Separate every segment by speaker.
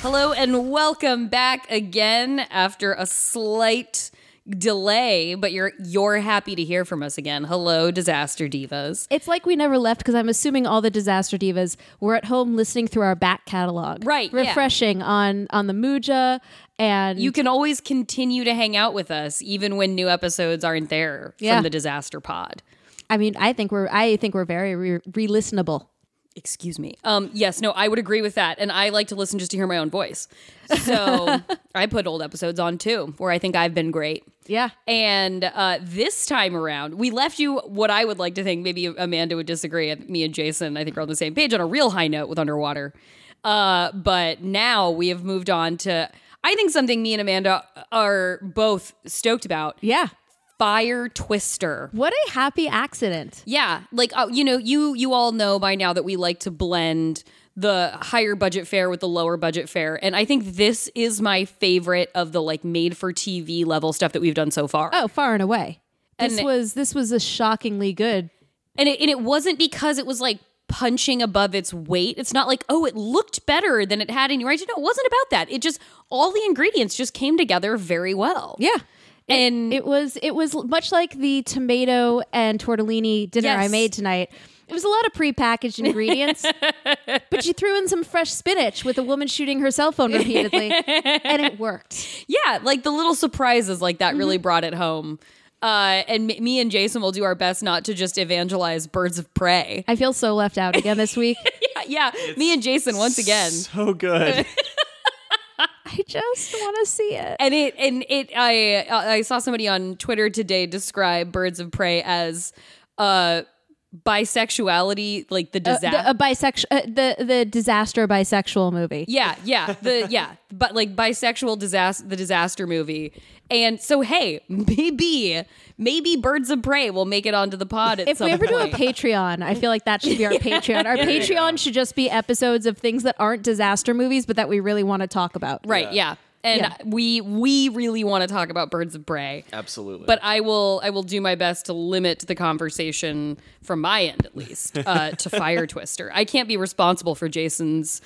Speaker 1: Hello and welcome back again after a slight delay, but you're you're happy to hear from us again. Hello, disaster divas.
Speaker 2: It's like we never left because I'm assuming all the disaster divas were at home listening through our back catalog,
Speaker 1: Right, yeah.
Speaker 2: Refreshing on on the Muja, and
Speaker 1: You can always continue to hang out with us even when new episodes aren't there
Speaker 2: Yeah.
Speaker 1: from the disaster pod.
Speaker 2: I mean, I think we're I think we're very re- re-listenable.
Speaker 1: Excuse me. Um yes, no, I would agree with that and I like to listen just to hear my own voice. So, I put old episodes on too where I think I've been great.
Speaker 2: Yeah,
Speaker 1: And uh, this time around, we left you what I would like to think. Maybe Amanda would disagree. Me and Jason, I think, are on the same page on a real high note with underwater. Uh, but now we have moved on to, I think, something me and Amanda are both stoked about
Speaker 2: yeah.
Speaker 1: Fire Twister.
Speaker 2: What a happy accident!
Speaker 1: Yeah, like uh, you know, you you all know by now that we like to blend the higher budget fare with the lower budget fare, and I think this is my favorite of the like made for TV level stuff that we've done so far.
Speaker 2: Oh, far and away. This
Speaker 1: And-
Speaker 2: was this was a shockingly good.
Speaker 1: And it, and it wasn't because it was like punching above its weight. It's not like, oh, it looked better than it had any right to. No, it wasn't about that. It just, all the ingredients just came together very well. And
Speaker 2: It was it was much like the tomato and tortellini dinner
Speaker 1: Yes.
Speaker 2: I made tonight. It was a lot of prepackaged ingredients, but you threw in some fresh spinach with a woman shooting her cell phone repeatedly, and it worked.
Speaker 1: yeah, like the little surprises like that really brought it home. Uh, and m- me and Jason will do our best not to just evangelize birds of prey.
Speaker 2: I feel so left out again this week.
Speaker 1: yeah, me and Jason once again.
Speaker 3: So good.
Speaker 2: I just want to see it.
Speaker 1: and it and it I uh, I saw somebody on Twitter today describe birds of prey as uh bisexuality like the disaster
Speaker 2: Uh, The, a bisexual, uh, the the disaster bisexual movie.
Speaker 1: yeah yeah the yeah but like bisexual disaster the disaster movie and so hey maybe maybe birds of prey will make it onto the pod at
Speaker 2: If
Speaker 1: some
Speaker 2: we ever do a
Speaker 1: point.
Speaker 2: Patreon, I feel like that should be our Patreon. Our Patreon should just be episodes of things that aren't disaster movies, but that we really want to talk about.
Speaker 1: right yeah, and
Speaker 2: Yeah.
Speaker 1: we we really want to talk about birds of prey
Speaker 3: Absolutely.
Speaker 1: but I will I will do my best to limit the conversation from my end at least uh, to Fire Twister. I can't be responsible for Jason's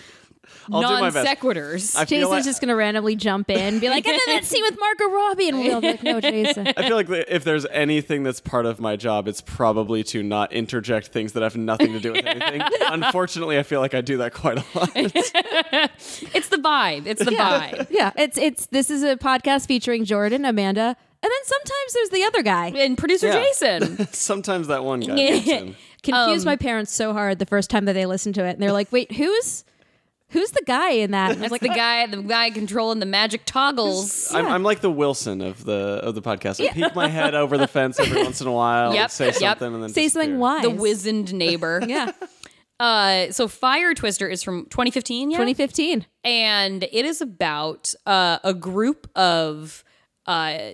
Speaker 3: I'll do my
Speaker 1: non
Speaker 3: best.
Speaker 1: sequiturs.
Speaker 3: I feel
Speaker 2: Jason's
Speaker 3: like,
Speaker 2: just going to randomly jump in and be like, and then that scene with Margot Robbie. And we'll be like, no, Jason.
Speaker 3: I feel like if there's anything that's part of my job, it's probably to not interject things that have nothing to do with anything. Unfortunately, I feel like I do that quite a lot.
Speaker 1: It's the vibe. It's the vibe.
Speaker 2: Yeah, it's, it's, this is a podcast featuring Jordan, Amanda, and then sometimes there's the other guy.
Speaker 1: And producer
Speaker 3: Yeah.
Speaker 1: Jason.
Speaker 3: Sometimes that one guy gets in.
Speaker 2: Confused
Speaker 1: Um,
Speaker 2: my parents so hard the first time that they listened to it. And they're like, wait, who's, who's the guy in that? And I was
Speaker 1: That's
Speaker 2: like,
Speaker 1: the guy the guy controlling the magic toggles.
Speaker 3: I'm, I'm like the Wilson of the of the podcast. I peek my head over the fence every once in a while,
Speaker 1: Yep,
Speaker 3: and say
Speaker 1: yep.
Speaker 3: something, and then
Speaker 2: say something
Speaker 3: disappear.
Speaker 2: wise.
Speaker 1: The wizened neighbor.
Speaker 2: Yeah.
Speaker 1: Uh, so Fire Twister is from 2015, yeah?
Speaker 2: 2015.
Speaker 1: and it is about uh, a group of uh,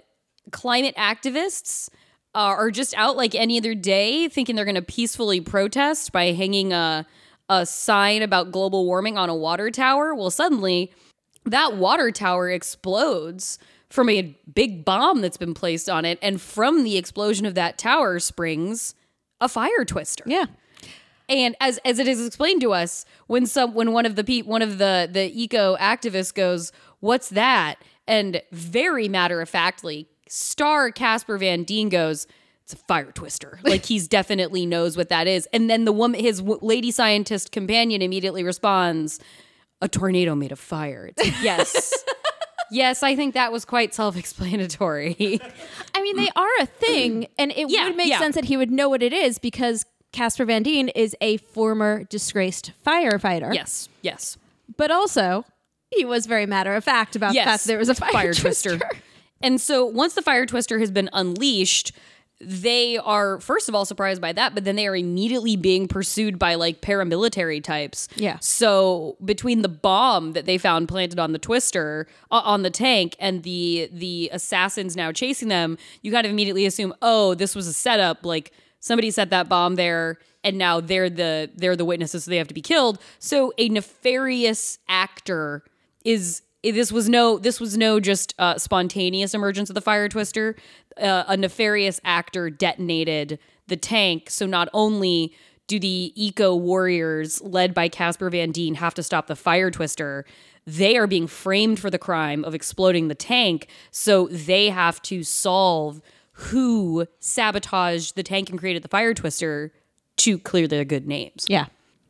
Speaker 1: climate activists uh, are just out like any other day thinking they're going to peacefully protest by hanging a, a sign about global warming on a water tower. Well, suddenly that water tower explodes from a big bomb that's been placed on it. And from the explosion of that tower springs a fire twister.
Speaker 2: Yeah.
Speaker 1: And as as it is explained to us, when some when one of the pe- one of the the eco activists goes, "What's that?" and very matter of factly, star Casper Van Dien goes, "It's a fire twister." Like he's definitely knows what that is. And then the woman, his w- lady scientist companion, immediately responds, "A tornado made of fire." It's like, yes. Yes, I think that was quite self-explanatory.
Speaker 2: I mean, they are a thing, and it
Speaker 1: Mm. Yeah,
Speaker 2: would make
Speaker 1: yeah.
Speaker 2: sense that he would know what it is because Casper Van Dien is a former disgraced firefighter.
Speaker 1: yes, yes.
Speaker 2: But also, he was very matter of fact about the fact that there was a fire, twister.
Speaker 1: And so once the fire twister has been unleashed, they are first of all surprised by that, but then they are immediately being pursued by like paramilitary types.
Speaker 2: Yeah.
Speaker 1: So between the bomb that they found planted on the twister uh, on the tank and the the assassins now chasing them, you kind of immediately assume, oh, this was a setup. Like somebody set that bomb there, and now they're the they're the witnesses, so they have to be killed. So a nefarious actor is eh, this was no this was no just uh, spontaneous emergence of the fire twister. Uh, a nefarious actor detonated the tank, so not only do the eco warriors led by Casper Van Dien have to stop the fire twister, they are being framed for the crime of exploding the tank, so they have to solve who sabotaged the tank and created the fire twister to clear their good names.
Speaker 2: Yeah.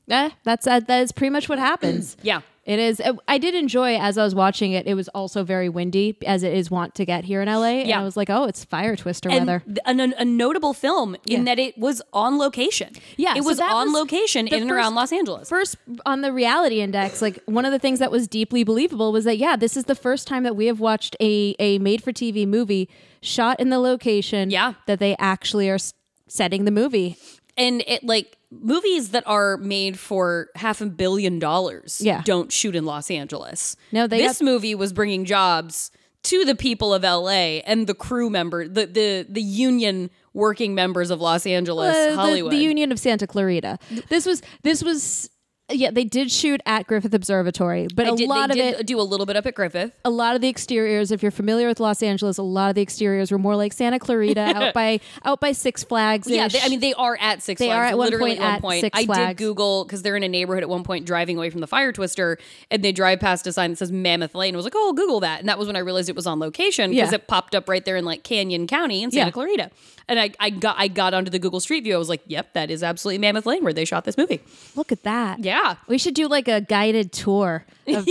Speaker 2: Eh, that's uh, that is pretty much what happens.
Speaker 1: Yeah.
Speaker 2: It is. I- I did enjoy as I was watching it. It was also very windy, as it is wont to get here in LA. And
Speaker 1: Yeah.
Speaker 2: I was like, oh, it's fire twister
Speaker 1: and
Speaker 2: weather.
Speaker 1: th- an- an- a notable film in
Speaker 2: Yeah.
Speaker 1: that it was on location.
Speaker 2: Yeah,
Speaker 1: it
Speaker 2: so
Speaker 1: was
Speaker 2: that
Speaker 1: on
Speaker 2: was
Speaker 1: location in
Speaker 2: the
Speaker 1: and around
Speaker 2: first-
Speaker 1: Los Angeles.
Speaker 2: First, on the reality index, like one of the things that was deeply believable was that yeah, this is the first time that we have watched a a made for TV movie shot in the location.
Speaker 1: Yeah.
Speaker 2: that they actually are s- setting the movie.
Speaker 1: and it like movies that are made for half a billion dollars
Speaker 2: Yeah.
Speaker 1: don't shoot in Los Angeles.
Speaker 2: No, they
Speaker 1: this
Speaker 2: got-
Speaker 1: movie was bringing jobs to the people of LA and the crew member, the the the union working members of Los Angeles,
Speaker 2: Uh, the-
Speaker 1: Hollywood.
Speaker 2: The, Union of Santa Clarita. This was this was yeah. They did shoot at Griffith Observatory, but
Speaker 1: I
Speaker 2: a
Speaker 1: did- they
Speaker 2: lot of
Speaker 1: did
Speaker 2: it,
Speaker 1: do a little bit up at Griffith.
Speaker 2: a lot of the exteriors. If you're familiar with Los Angeles, a lot of the exteriors were more like Santa Clarita out by out by Six Flags.
Speaker 1: Yeah, they, I mean they are at Six
Speaker 2: They
Speaker 1: Flags.
Speaker 2: are at one
Speaker 1: literally
Speaker 2: point
Speaker 1: at one
Speaker 2: at
Speaker 1: point.
Speaker 2: Six
Speaker 1: I did
Speaker 2: Flags.
Speaker 1: Google because they're in a neighborhood at one point driving away from the fire twister, and they drive past a sign that says Mammoth Lane. I was like, oh, I'll Google that, and that was when I realized it was on location because
Speaker 2: Yeah.
Speaker 1: it popped up right there in like Canyon County in Santa
Speaker 2: Yeah.
Speaker 1: Clarita, and I, I got I got onto the Google Street View. I was like, yep, that is absolutely Mammoth Lane where they shot this movie.
Speaker 2: look at that.
Speaker 1: Yeah.
Speaker 2: we should do like a guided tour of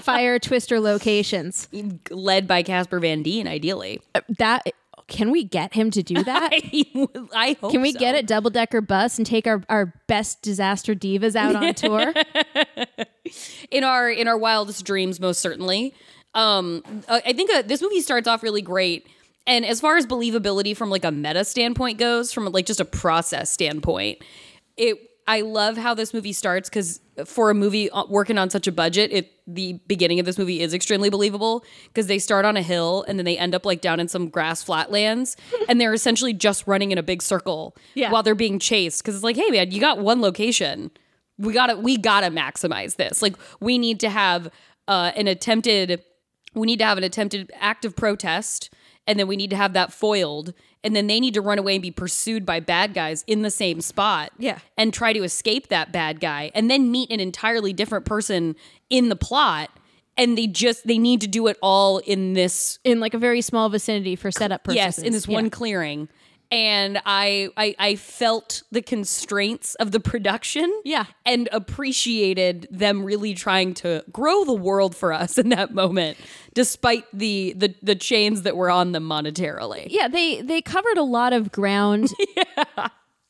Speaker 2: fire twister locations.
Speaker 1: Led by Casper Van Dien, ideally.
Speaker 2: That can we get him to do that?
Speaker 1: I, I hope
Speaker 2: Can we
Speaker 1: so.
Speaker 2: get a double decker bus and take our, our best disaster divas out on tour?
Speaker 1: in our in our wildest dreams most certainly um uh, i think uh, this movie starts off really great and as far as believability from like a meta standpoint goes from like just a process standpoint it i love how this movie starts because for a movie uh, working on such a budget it the beginning of this movie is extremely believable because they start on a hill and then they end up like down in some grass flatlands and they're essentially just running in a big circle
Speaker 2: Yeah.
Speaker 1: while they're being chased because it's like hey man you got one location we gotta we gotta maximize this like we need to have uh an attempted we need to have an attempted act of protest and then we need to have that foiled and then they need to run away and be pursued by bad guys in the same spot
Speaker 2: Yeah.
Speaker 1: and try to escape that bad guy and then meet an entirely different person in the plot and they just they need to do it all in this
Speaker 2: in like a very small vicinity for setup purposes.
Speaker 1: Yes, in this
Speaker 2: Yeah.
Speaker 1: one clearing. And I, I I felt the constraints of the production.
Speaker 2: Yeah.
Speaker 1: And appreciated them really trying to grow the world for us in that moment, despite the the, the chains that were on them monetarily.
Speaker 2: Yeah, they they covered a lot of ground.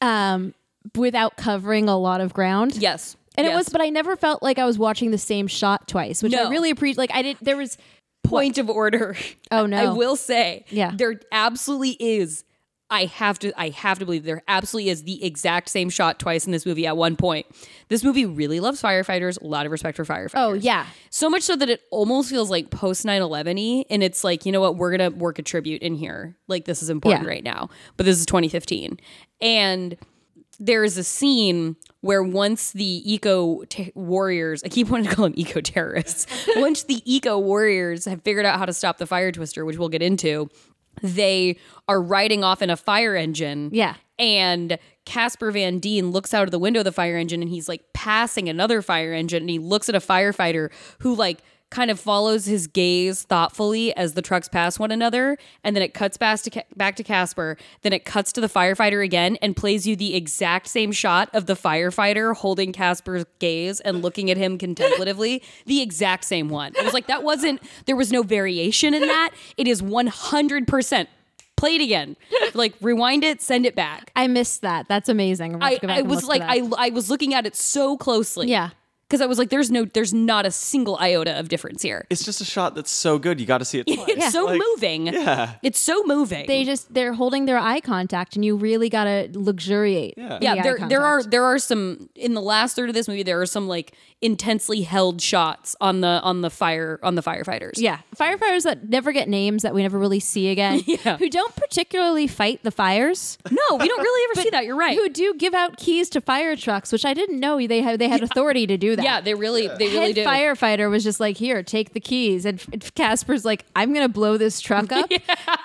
Speaker 2: Um without covering a lot of ground.
Speaker 1: Yes.
Speaker 2: And it
Speaker 1: Yes.
Speaker 2: was but I never felt like I was watching the same shot twice, which
Speaker 1: No.
Speaker 2: I really appreciate like I did there was
Speaker 1: point of order.
Speaker 2: Oh, no.
Speaker 1: I will say,
Speaker 2: Yeah.
Speaker 1: there absolutely is. I have to I have to believe there absolutely is the exact same shot twice in this movie at one point. This movie really loves firefighters, a lot of respect for firefighters.
Speaker 2: Oh yeah.
Speaker 1: So much so that it almost feels like post 9 11 y. And it's like, you know what? We're going to work a tribute in here. Like, this is important
Speaker 2: Yeah.
Speaker 1: right now. But this is 2015. And there is a scene where once the eco t- warriors, I keep wanting to call them eco terrorists, once the eco warriors have figured out how to stop the fire twister, which we'll get into, they are riding off in a fire engine.
Speaker 2: Yeah.
Speaker 1: And Casper Van Dien looks out of the window of the fire engine and he's like passing another fire engine and he looks at a firefighter who like kind of follows his gaze thoughtfully as the trucks pass one another and then it cuts back to Ca- back to Casper then it cuts to the firefighter again and plays you the exact same shot of the firefighter holding Casper's gaze and looking at him contemplatively the exact same one I was like that wasn't there was no variation in that it is 100% play it again like rewind it send it back
Speaker 2: I missed that. That's amazing. I'm gonna have
Speaker 1: I,
Speaker 2: to go back
Speaker 1: I
Speaker 2: and
Speaker 1: was
Speaker 2: look for
Speaker 1: like
Speaker 2: that.
Speaker 1: I, I was looking at it so closely
Speaker 2: Yeah.
Speaker 1: because I was like, there's no, there's not a single iota of difference here.
Speaker 3: It's just a shot that's so good. You got to see it. Twice.
Speaker 1: It's so
Speaker 3: Like,
Speaker 1: moving.
Speaker 3: Yeah.
Speaker 1: It's so moving.
Speaker 2: They just they're holding their eye contact, and you really gotta luxuriate.
Speaker 3: Yeah.
Speaker 2: in
Speaker 1: yeah,
Speaker 2: the eye
Speaker 1: there there are
Speaker 2: contact.
Speaker 1: there are some in the last third of this movie. There are some like intensely held shots on the on the fire on the firefighters.
Speaker 2: Yeah, firefighters that never get names that we never really see again.
Speaker 1: Yeah.
Speaker 2: who don't particularly fight the fires.
Speaker 1: no, we don't really ever see that. You're right.
Speaker 2: Who do give out keys to fire trucks, which I didn't know they had they had authority to do that.
Speaker 1: yeah, they really they really
Speaker 2: Head
Speaker 1: do.
Speaker 2: firefighter was just like, "Here, take the keys," and F- Casper's like, "I'm gonna blow this truck up,"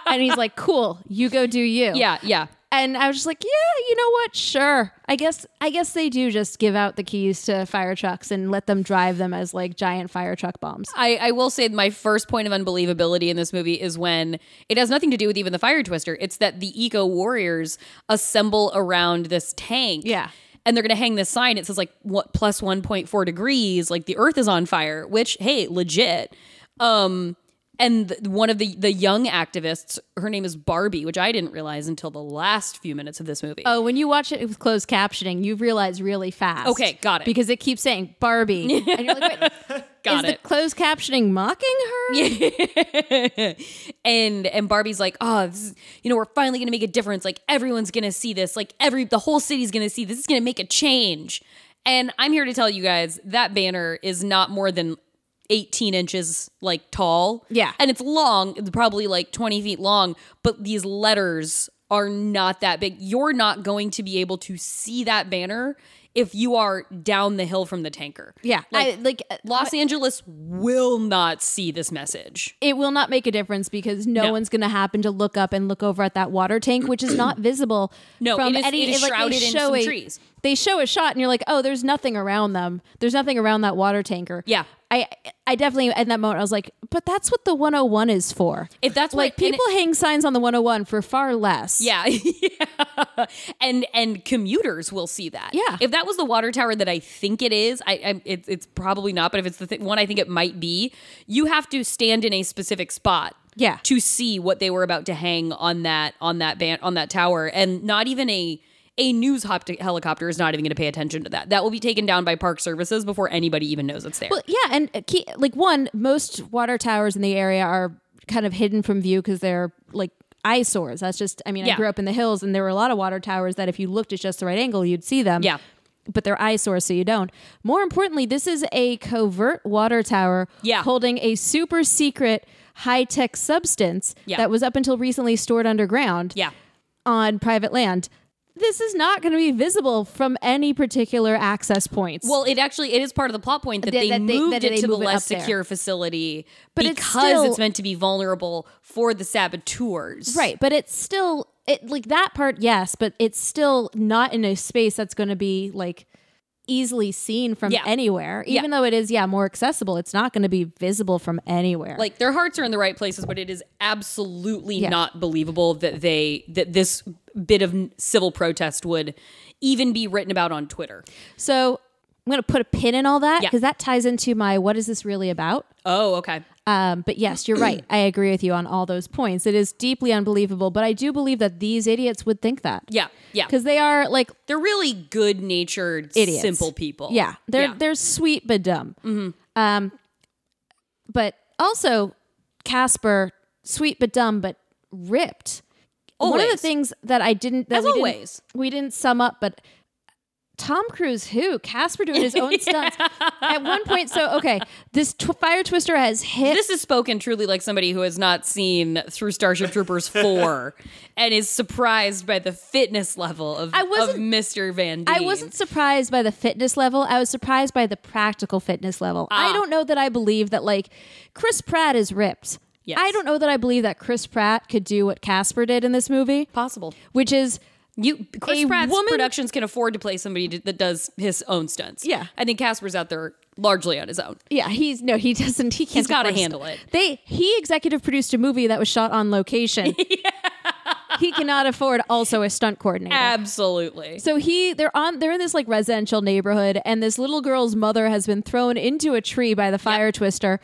Speaker 2: and he's like, "Cool, you go do you."
Speaker 1: Yeah, yeah.
Speaker 2: and I was just like, "Yeah, you know what? Sure, I guess I guess they do just give out the keys to fire trucks and let them drive them as like giant fire truck bombs."
Speaker 1: I, I will say my first point of unbelievability in this movie is when it has nothing to do with even the fire twister. It's that the eco warriors assemble around this tank.
Speaker 2: Yeah.
Speaker 1: And they're going to hang this sign. It says like what plus 1.4 degrees, like the earth is on fire, which, hey, legit. Um, and th- one of the, the young activists, her name is Barbie, which I didn't realize until the last few minutes of this movie.
Speaker 2: Oh, when you watch it with closed captioning, you realize really fast.
Speaker 1: Okay, got it.
Speaker 2: Because it keeps saying Barbie, and you're like, "Wait,
Speaker 1: Got
Speaker 2: is
Speaker 1: it.
Speaker 2: the closed captioning mocking her?" Yeah.
Speaker 1: and and Barbie's like, oh, this is, you know, we're finally gonna make a difference. Like everyone's gonna see this. Like every the whole city's gonna see this. It's gonna make a change. And I'm here to tell you guys that banner is not more than 18 inches like tall.
Speaker 2: Yeah.
Speaker 1: and it's long, it's probably like 20 feet long. But these letters are not that big. You're not going to be able to see that banner if you are down the hill from the tanker.
Speaker 2: like,
Speaker 1: like,
Speaker 2: I, like uh,
Speaker 1: Los Angeles will not see this message.
Speaker 2: it will not make a difference because no,
Speaker 1: No.
Speaker 2: one's going to happen to look up and look over at that water tank, which is not visible.
Speaker 1: No,
Speaker 2: from
Speaker 1: it is-
Speaker 2: any,
Speaker 1: it is
Speaker 2: like, they
Speaker 1: shrouded in
Speaker 2: show
Speaker 1: some
Speaker 2: a-
Speaker 1: trees.
Speaker 2: They show a shot, and you're like, "Oh, there's nothing around them. There's nothing around that water tanker."
Speaker 1: Yeah.
Speaker 2: I, I definitely at that moment I was like, "But that's what the 101 is for."
Speaker 1: If that's
Speaker 2: like
Speaker 1: what and it-
Speaker 2: people hang signs on the 101 for far less.
Speaker 1: Yeah. Yeah. and and commuters will see that.
Speaker 2: Yeah.
Speaker 1: If that was the water tower that I think it is, I, I it, it's probably not, but if it's the th- one I think it might be, you have to stand in a specific spot.
Speaker 2: Yeah.
Speaker 1: To see what they were about to hang on that on that ban on that tower, and not even a a news hop- helicopter is not even going to pay attention to that. That will be taken down by Park Services before anybody even knows it's there.
Speaker 2: Well, yeah, and uh, key, like one, most water towers in the area are kind of hidden from view because they're like eyesores. That's just, I mean,
Speaker 1: Yeah.
Speaker 2: I grew up in the hills, and there were a lot of water towers that if you looked at just the right angle, you'd see them.
Speaker 1: Yeah.
Speaker 2: But they're eyesores, so you don't. More importantly, this is a covert water tower
Speaker 1: Yeah.
Speaker 2: holding a super secret high tech substance
Speaker 1: Yeah.
Speaker 2: that was up until recently stored underground
Speaker 1: yeah.
Speaker 2: on private land. This is not going to be visible from any particular access points.
Speaker 1: Well, it actually it is part of the plot point that,
Speaker 2: That-
Speaker 1: they
Speaker 2: that they-
Speaker 1: moved
Speaker 2: that
Speaker 1: it
Speaker 2: they
Speaker 1: to
Speaker 2: move
Speaker 1: the
Speaker 2: it
Speaker 1: less
Speaker 2: up there.
Speaker 1: secure facility
Speaker 2: But it's
Speaker 1: because it's,
Speaker 2: still-
Speaker 1: meant to be vulnerable for the saboteurs.
Speaker 2: Right, but it's still it like that part, yes, but it's still not in a space that's going to be like easily seen from
Speaker 1: Yeah.
Speaker 2: anywhere.
Speaker 1: Yeah.
Speaker 2: Even though it is yeah, more accessible, it's not going to be visible from anywhere.
Speaker 1: Like their hearts are in the right places, but it is absolutely
Speaker 2: Yeah.
Speaker 1: not believable that they that this bit of n- civil protest would even be written about on Twitter.
Speaker 2: so I'm going to put a pin in all that
Speaker 1: Yeah.
Speaker 2: because that ties into my what is this really about?
Speaker 1: Oh, okay.
Speaker 2: Um, but yes, you're right. I agree with you on all those points. It is deeply unbelievable, but I do believe that these idiots would think that.
Speaker 1: Yeah. Yeah.
Speaker 2: Because they are like
Speaker 1: They're really good-natured,
Speaker 2: idiots.
Speaker 1: simple people.
Speaker 2: Yeah, they're
Speaker 1: Yeah.
Speaker 2: they're sweet but dumb. Um, but also Casper, sweet but dumb, but ripped. One of the
Speaker 1: Always.
Speaker 2: things that I didn't that
Speaker 1: As
Speaker 2: we didn't-
Speaker 1: always.
Speaker 2: we didn't sum up, but Tom Cruise, who Casper doing his own stunts at one point. So okay, this tw- fire twister has hit.
Speaker 1: This is spoken truly like somebody who has not seen through Starship Troopers 4 and is surprised by the fitness level of,
Speaker 2: I
Speaker 1: of
Speaker 2: wasn't-
Speaker 1: Mr. Van Deen.
Speaker 2: I wasn't surprised by the fitness level. I was surprised by the practical fitness level.
Speaker 1: Ah.
Speaker 2: I don't know that I believe that like Chris Pratt is ripped.
Speaker 1: Yes.
Speaker 2: I don't know that I believe that Chris Pratt could do what Casper did in this movie,
Speaker 1: possible.
Speaker 2: which is
Speaker 1: You Chris
Speaker 2: A
Speaker 1: Pratt's
Speaker 2: woman-
Speaker 1: productions can afford to play somebody d- that does his own stunts.
Speaker 2: Yeah.
Speaker 1: I think Casper's out there largely on his own.
Speaker 2: yeah, he's no, he doesn't. He can't
Speaker 1: He's gotta
Speaker 2: afford to-
Speaker 1: handle it.
Speaker 2: They he executive produced a movie that was shot on location. He cannot afford also a stunt coordinator.
Speaker 1: Absolutely.
Speaker 2: So he they're on they're in this like residential neighborhood and this little girl's mother has been thrown into a tree by the fire twister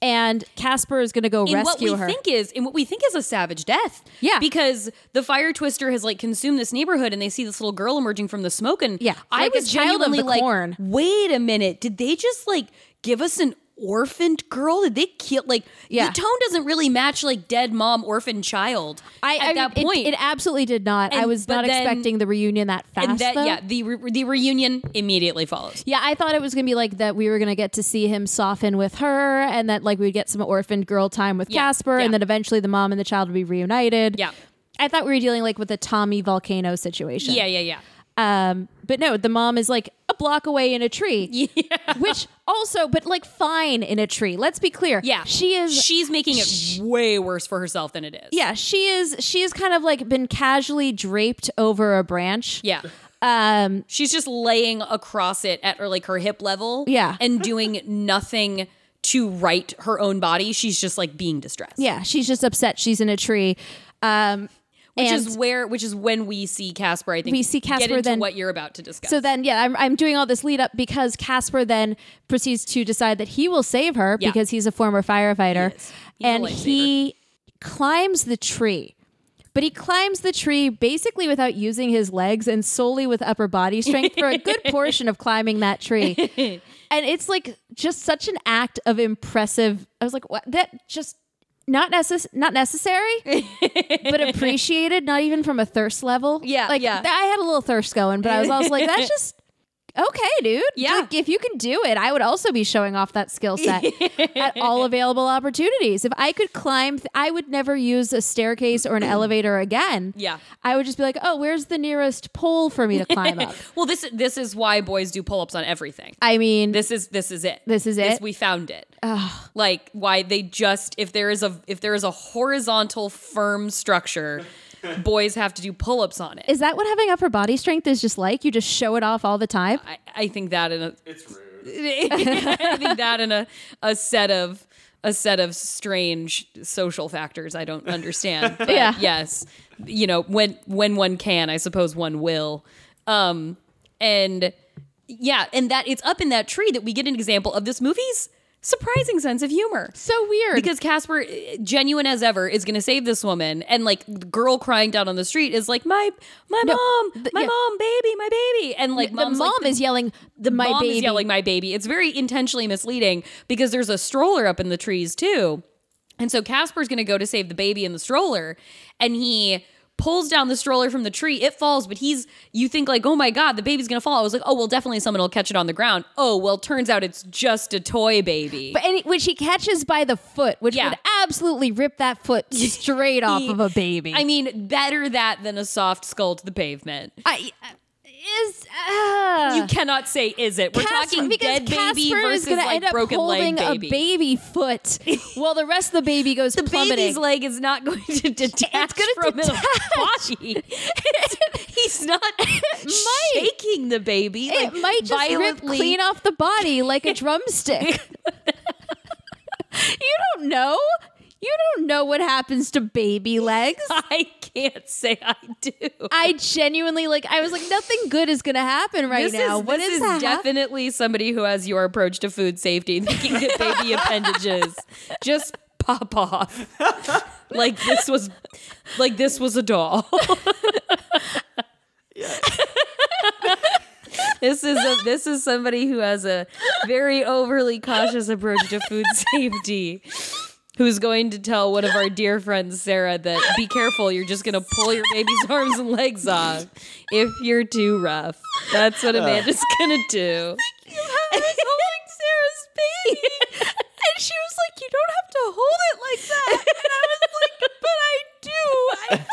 Speaker 2: and Casper is going to go
Speaker 1: in what
Speaker 2: rescue
Speaker 1: we
Speaker 2: her.
Speaker 1: think is in what we think is a savage death.
Speaker 2: Yeah.
Speaker 1: because the fire twister has like consumed this neighborhood, and they see this little girl emerging from the smoke. And
Speaker 2: Yeah,
Speaker 1: I
Speaker 2: like a
Speaker 1: was
Speaker 2: child of
Speaker 1: genuinely
Speaker 2: the
Speaker 1: like,
Speaker 2: corn.
Speaker 1: wait a minute, did they just like give us an orphaned girl? Did they kill like?
Speaker 2: Yeah.
Speaker 1: the tone doesn't really match like dead mom, orphan child.
Speaker 2: I,
Speaker 1: at
Speaker 2: I-
Speaker 1: that
Speaker 2: it-
Speaker 1: point,
Speaker 2: it, absolutely did not. I
Speaker 1: And-
Speaker 2: was
Speaker 1: but
Speaker 2: not
Speaker 1: then-
Speaker 2: expecting the reunion that fast.
Speaker 1: and that
Speaker 2: though.
Speaker 1: yeah, the re- the reunion immediately follows.
Speaker 2: Yeah, I thought it was gonna be like that. We were gonna get to see him soften with her, and that like we'd get some orphaned girl time with
Speaker 1: Yeah,
Speaker 2: Casper,
Speaker 1: yeah.
Speaker 2: and then eventually the mom and the child would be reunited.
Speaker 1: Yeah.
Speaker 2: I thought we were dealing like with a Tommy volcano situation.
Speaker 1: Yeah, yeah, yeah.
Speaker 2: Um, but no, the mom is like a block away in a tree. Yeah. Which also, but like fine in a tree. Let's be clear.
Speaker 1: Yeah,
Speaker 2: She is
Speaker 1: She's making it way worse for herself than it is.
Speaker 2: yeah, she is she is kind of like been casually draped over a branch.
Speaker 1: yeah.
Speaker 2: Um
Speaker 1: She's just laying across it at or like her hip level.
Speaker 2: Yeah.
Speaker 1: And doing nothing to right her own body. She's just like being distressed.
Speaker 2: Yeah, she's just upset she's in a tree. Um
Speaker 1: Which
Speaker 2: and
Speaker 1: is where which is when we see Casper, I think.
Speaker 2: We see Casper
Speaker 1: get into
Speaker 2: then-
Speaker 1: what you're about to discuss.
Speaker 2: so then yeah, I'm I'm doing all this lead up because Casper then proceeds to decide that he will save her
Speaker 1: Yeah.
Speaker 2: because he's a former firefighter.
Speaker 1: He is. He's a
Speaker 2: and
Speaker 1: lifesaver.
Speaker 2: he climbs the tree. But he climbs the tree basically without using his legs and solely with upper body strength for a good portion of climbing that tree. And it's like just such an act of impressive. I was like, what? That just not necess- not necessary, but appreciated. Not even from a thirst level.
Speaker 1: Yeah,
Speaker 2: like
Speaker 1: yeah.
Speaker 2: th- I had a little thirst going, but I was also like, that's just okay, dude.
Speaker 1: Yeah.
Speaker 2: Like, if you can do it, I would also be showing off that skill set at all available opportunities. If I could climb, th- I would never use a staircase or an elevator again.
Speaker 1: Yeah.
Speaker 2: I would just be like, oh, where's the nearest pole for me to climb up?
Speaker 1: well, this this is why boys do pull ups on everything.
Speaker 2: I mean,
Speaker 1: This is this is it.
Speaker 2: This is it?
Speaker 1: we found it. Like why they just if there is a if there is a horizontal firm structure, boys have to do pull ups on it.
Speaker 2: is that what having upper body strength is just like? You just show it off all the time?
Speaker 1: I, I think that in a
Speaker 3: It's rude.
Speaker 1: I think that and a a set of a set of strange social factors I don't understand. But
Speaker 2: Yeah.
Speaker 1: Yes. You know, when when one can, I suppose one will. Um and yeah, and that it's up in that tree that we get an example of this movie's surprising sense of humor.
Speaker 2: So weird.
Speaker 1: Because Casper, eh, genuine as ever, is going to save this woman, and like the girl crying down on the street is like my my
Speaker 2: No,
Speaker 1: mom,
Speaker 2: the-
Speaker 1: my
Speaker 2: yeah.
Speaker 1: mom, baby, my baby, and like
Speaker 2: the mom
Speaker 1: mom's like,
Speaker 2: is yelling, the my
Speaker 1: mom
Speaker 2: baby.
Speaker 1: is yelling my baby. It's very intentionally misleading because there's a stroller up in the trees too. And so Casper's going to go to save the baby in the stroller and he pulls down the stroller from the tree. It falls, but he's you think like, "Oh my god, the baby's going to fall." I was like, "Oh, well, definitely someone will catch it on the ground." Oh, well, turns out it's just a toy baby.
Speaker 2: But any, which he catches by the foot, which
Speaker 1: Yeah.
Speaker 2: would absolutely rip that foot straight off
Speaker 1: He-
Speaker 2: of a baby.
Speaker 1: I mean, better that than a soft skull to the pavement.
Speaker 2: I is uh,
Speaker 1: you cannot say is it. We're talking dead baby versus
Speaker 2: gonna
Speaker 1: like broken leg
Speaker 2: holding
Speaker 1: baby.
Speaker 2: a baby foot while the rest of the baby goes
Speaker 1: the
Speaker 2: plummeting.
Speaker 1: baby's leg is not going to detach
Speaker 2: gonna
Speaker 1: from his
Speaker 2: detach.
Speaker 1: body. He's not shaking the baby.
Speaker 2: it
Speaker 1: like,
Speaker 2: might just rip
Speaker 1: violently.
Speaker 2: clean off the body like a drumstick. you don't know. You don't know what happens to baby legs.
Speaker 1: I can't say I do.
Speaker 2: I genuinely like. I was like, nothing good is gonna happen right
Speaker 1: this
Speaker 2: now.
Speaker 1: is
Speaker 2: what
Speaker 1: this
Speaker 2: is
Speaker 1: is
Speaker 2: that?
Speaker 1: definitely somebody who has your approach to food safety, thinking that baby appendages just pop off like this was like this was a doll. This is a, this is somebody who has a very overly cautious approach to food safety. Who's going to tell one of our dear friends, Sarah, that be careful, you're just going to pull your baby's arms and legs off if you're too rough. That's what Amanda's going to do.
Speaker 2: I was holding Sarah's baby. And she was like, You don't have to hold it like that. And I was like,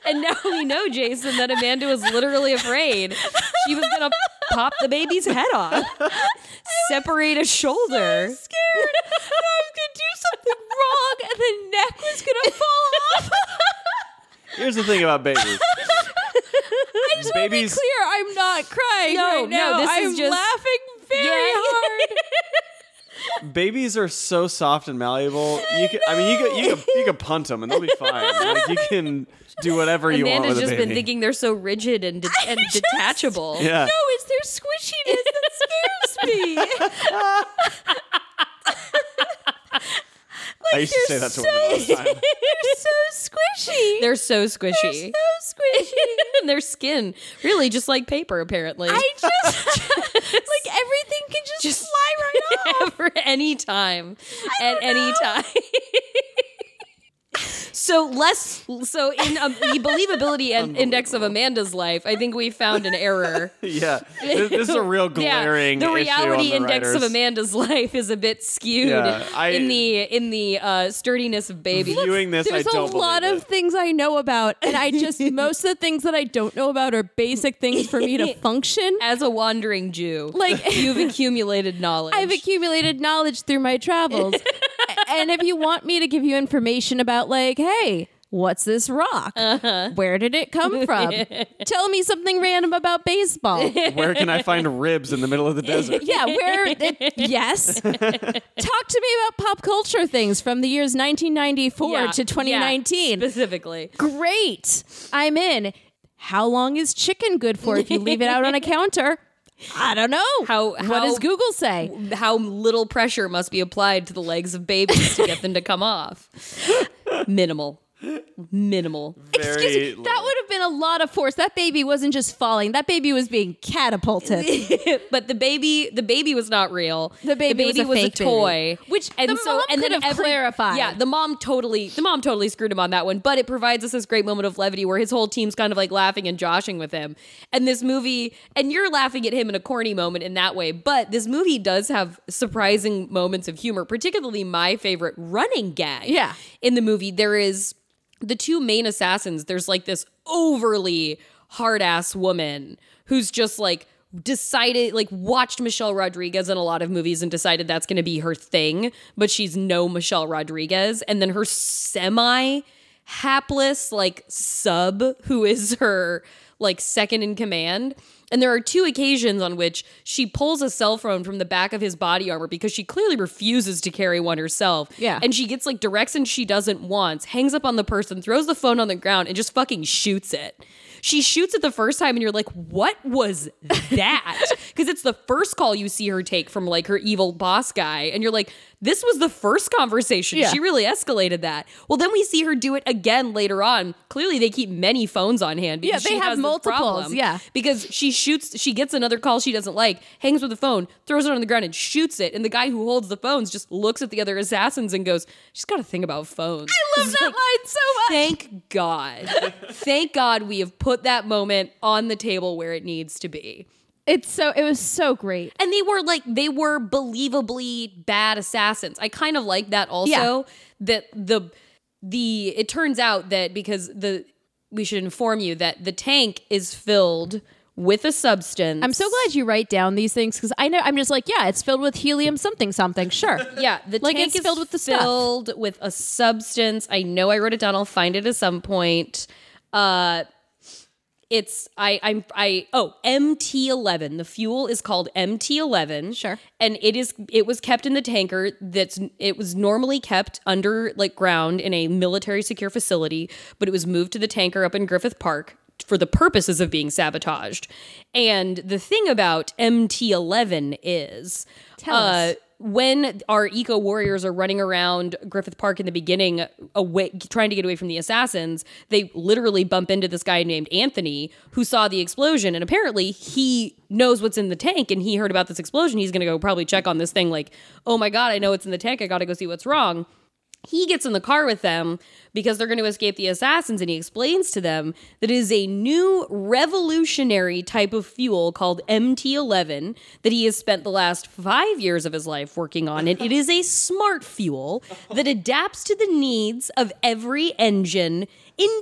Speaker 2: But I do. I'm so scared.
Speaker 1: And now we know, Jason, that Amanda was literally afraid she was going to pop the baby's head off, separate a shoulder.
Speaker 2: scared that I was going to do something wrong and the neck was going to fall off.
Speaker 3: Here's the thing about babies.
Speaker 2: I just want to be
Speaker 3: Babies-
Speaker 2: clear, I'm not crying
Speaker 1: No,
Speaker 2: right
Speaker 1: no,
Speaker 2: now.
Speaker 1: this
Speaker 2: I'm
Speaker 1: is just-
Speaker 2: laughing very hard.
Speaker 3: babies are so soft and malleable. You can, I mean, you can, you can you can punt them and they'll be fine. Like you can do whatever you want
Speaker 1: Amanda's
Speaker 3: with
Speaker 1: just
Speaker 3: a baby.
Speaker 1: been thinking they're so rigid and, de- and detachable.
Speaker 3: yeah.
Speaker 2: No, it's their squishiness that scares me.
Speaker 3: I used to say that to women all the time.
Speaker 2: You're so squishy.
Speaker 1: They're so squishy.
Speaker 2: so squishy.
Speaker 1: and their skin really just like paper apparently
Speaker 2: I just like everything can just,
Speaker 1: Just-
Speaker 2: fly right off.
Speaker 1: ever any time at any time so less so in um, the believability and index of amanda's life i think we found an error
Speaker 3: Yeah, this, this is a real glaring.
Speaker 1: the reality
Speaker 3: issue on the
Speaker 1: index
Speaker 3: writers.
Speaker 1: of amanda's life is a bit skewed
Speaker 3: Yeah, I-
Speaker 1: in the in the uh, sturdiness of baby
Speaker 3: Viewing this,
Speaker 2: There's
Speaker 3: I
Speaker 2: a
Speaker 3: don't
Speaker 2: lot
Speaker 3: believe
Speaker 2: of things I know about, and I just most of the things that I don't know about are basic things for me to function.
Speaker 1: as a wandering jew
Speaker 2: Like-
Speaker 1: you've accumulated knowledge
Speaker 2: I've accumulated knowledge through my travels. A- and if you want me to give you information about, like, hey, what's this rock?
Speaker 1: Uh-huh.
Speaker 2: Where did it come from? Tell me something random about baseball.
Speaker 3: it. Where can I find ribs in the middle of the desert?
Speaker 2: yeah, where? It, yes. Talk to me about pop culture things from the years 1994
Speaker 1: Yeah,
Speaker 2: to
Speaker 1: yeah,
Speaker 2: 2019.
Speaker 1: specifically
Speaker 2: Great. I'm in. How long is chicken good for if you leave it out on a counter? I don't know.
Speaker 1: How-
Speaker 2: what
Speaker 1: how-
Speaker 2: does Google say?
Speaker 1: how little pressure must be applied to the legs of babies to get them to come off. Minimal. Minimal.
Speaker 3: Very
Speaker 2: Excuse me,
Speaker 3: little.
Speaker 2: that would have been a lot of force. That baby wasn't just falling. That baby was being catapulted.
Speaker 1: But the baby the baby was not real.
Speaker 2: The baby was a fake baby.
Speaker 1: toy.
Speaker 2: Which the mom could have clarified.
Speaker 1: Yeah, the mom totally the mom totally screwed him on that one, but it provides us this great moment of levity where his whole team's kind of like laughing and joshing with him. And this movie and you're laughing at him in a corny moment in that way, but this movie does have surprising moments of humor, particularly my favorite running gag.
Speaker 2: Yeah.
Speaker 1: in the movie there is the two main assassins there's like this overly hard-ass woman who's just like decided like watched Michelle Rodriguez in a lot of movies and decided that's going to be her thing but she's no Michelle Rodriguez and then her semi hapless like sub who is her like second in command and there are two occasions on which she pulls a cell phone from the back of his body armor because she clearly refuses to carry one herself
Speaker 2: Yeah.
Speaker 1: and she gets like directions she doesn't want, hangs up on the person, throws the phone on the ground, and just fucking shoots it. She shoots it the first time, and you're like, what was that? Because it's the first call you see her take from like her evil boss guy. And you're like, this was the first conversation.
Speaker 2: Yeah.
Speaker 1: She really escalated that. Well, then we see her do it again later on. Clearly, they keep many phones on hand. Because
Speaker 2: Yeah, they
Speaker 1: she
Speaker 2: have
Speaker 1: has this
Speaker 2: multiples,
Speaker 1: problem.
Speaker 2: yeah.
Speaker 1: Because she shoots, she gets another call she doesn't like, hangs with the phone, throws it on the ground, and shoots it. And the guy who holds the phones just looks at the other assassins and goes, She's got a thing about phones. I
Speaker 2: love that line so much.
Speaker 1: Thank God. Thank God we have put that moment on the table where it needs to be.
Speaker 2: It's so it was so great.
Speaker 1: And they were like, they were believably bad assassins. I kind of like that also.
Speaker 2: Yeah.
Speaker 1: That the, the, it turns out that because the, we should inform you that the tank is filled with a substance.
Speaker 2: I'm so glad you write down these things because I know I'm just like, yeah, it's filled with helium something something. Sure.
Speaker 1: Yeah, the
Speaker 2: Like,
Speaker 1: tank
Speaker 2: it's
Speaker 1: is
Speaker 2: filled with the stuff.
Speaker 1: filled with a substance. I know I wrote it down. I'll find it at some point. Uh, it's I I'm I oh MT11. The fuel is called MT11.
Speaker 2: Sure.
Speaker 1: and it is it was kept in the tanker. That's it was normally kept under like ground in a military secure facility, but it was moved to the tanker up in Griffith Park for the purposes of being sabotaged. And the thing about MT11 is
Speaker 2: Tell us.
Speaker 1: Uh, when our eco warriors are running around Griffith Park in the beginning, away, trying to get away from the assassins, they literally bump into this guy named Anthony who saw the explosion. And apparently, he knows what's in the tank and he heard about this explosion. He's going to go probably check on this thing, like, oh my God, I know it's in the tank. I got to go see what's wrong he gets in the car with them because they're going to escape the assassins and he explains to them that it is a new revolutionary type of fuel called MT11 that he has spent the last 5 years of his life working on and it is a smart fuel that adapts to the needs of every engine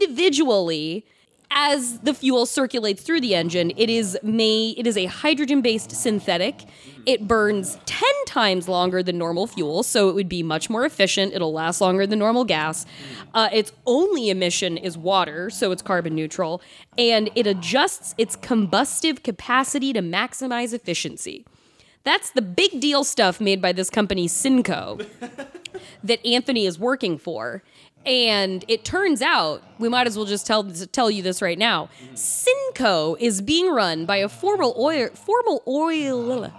Speaker 1: individually as the fuel circulates through the engine, it is may it is a hydrogen-based synthetic. It burns 10 times longer than normal fuel, so it would be much more efficient. It'll last longer than normal gas. Uh, its only emission is water, so it's carbon neutral, and it adjusts its combustive capacity to maximize efficiency. That's the big deal stuff made by this company Sinco that Anthony is working for. And it turns out, we might as well just tell tell you this right now. Sinco is being run by a formal oil formal oil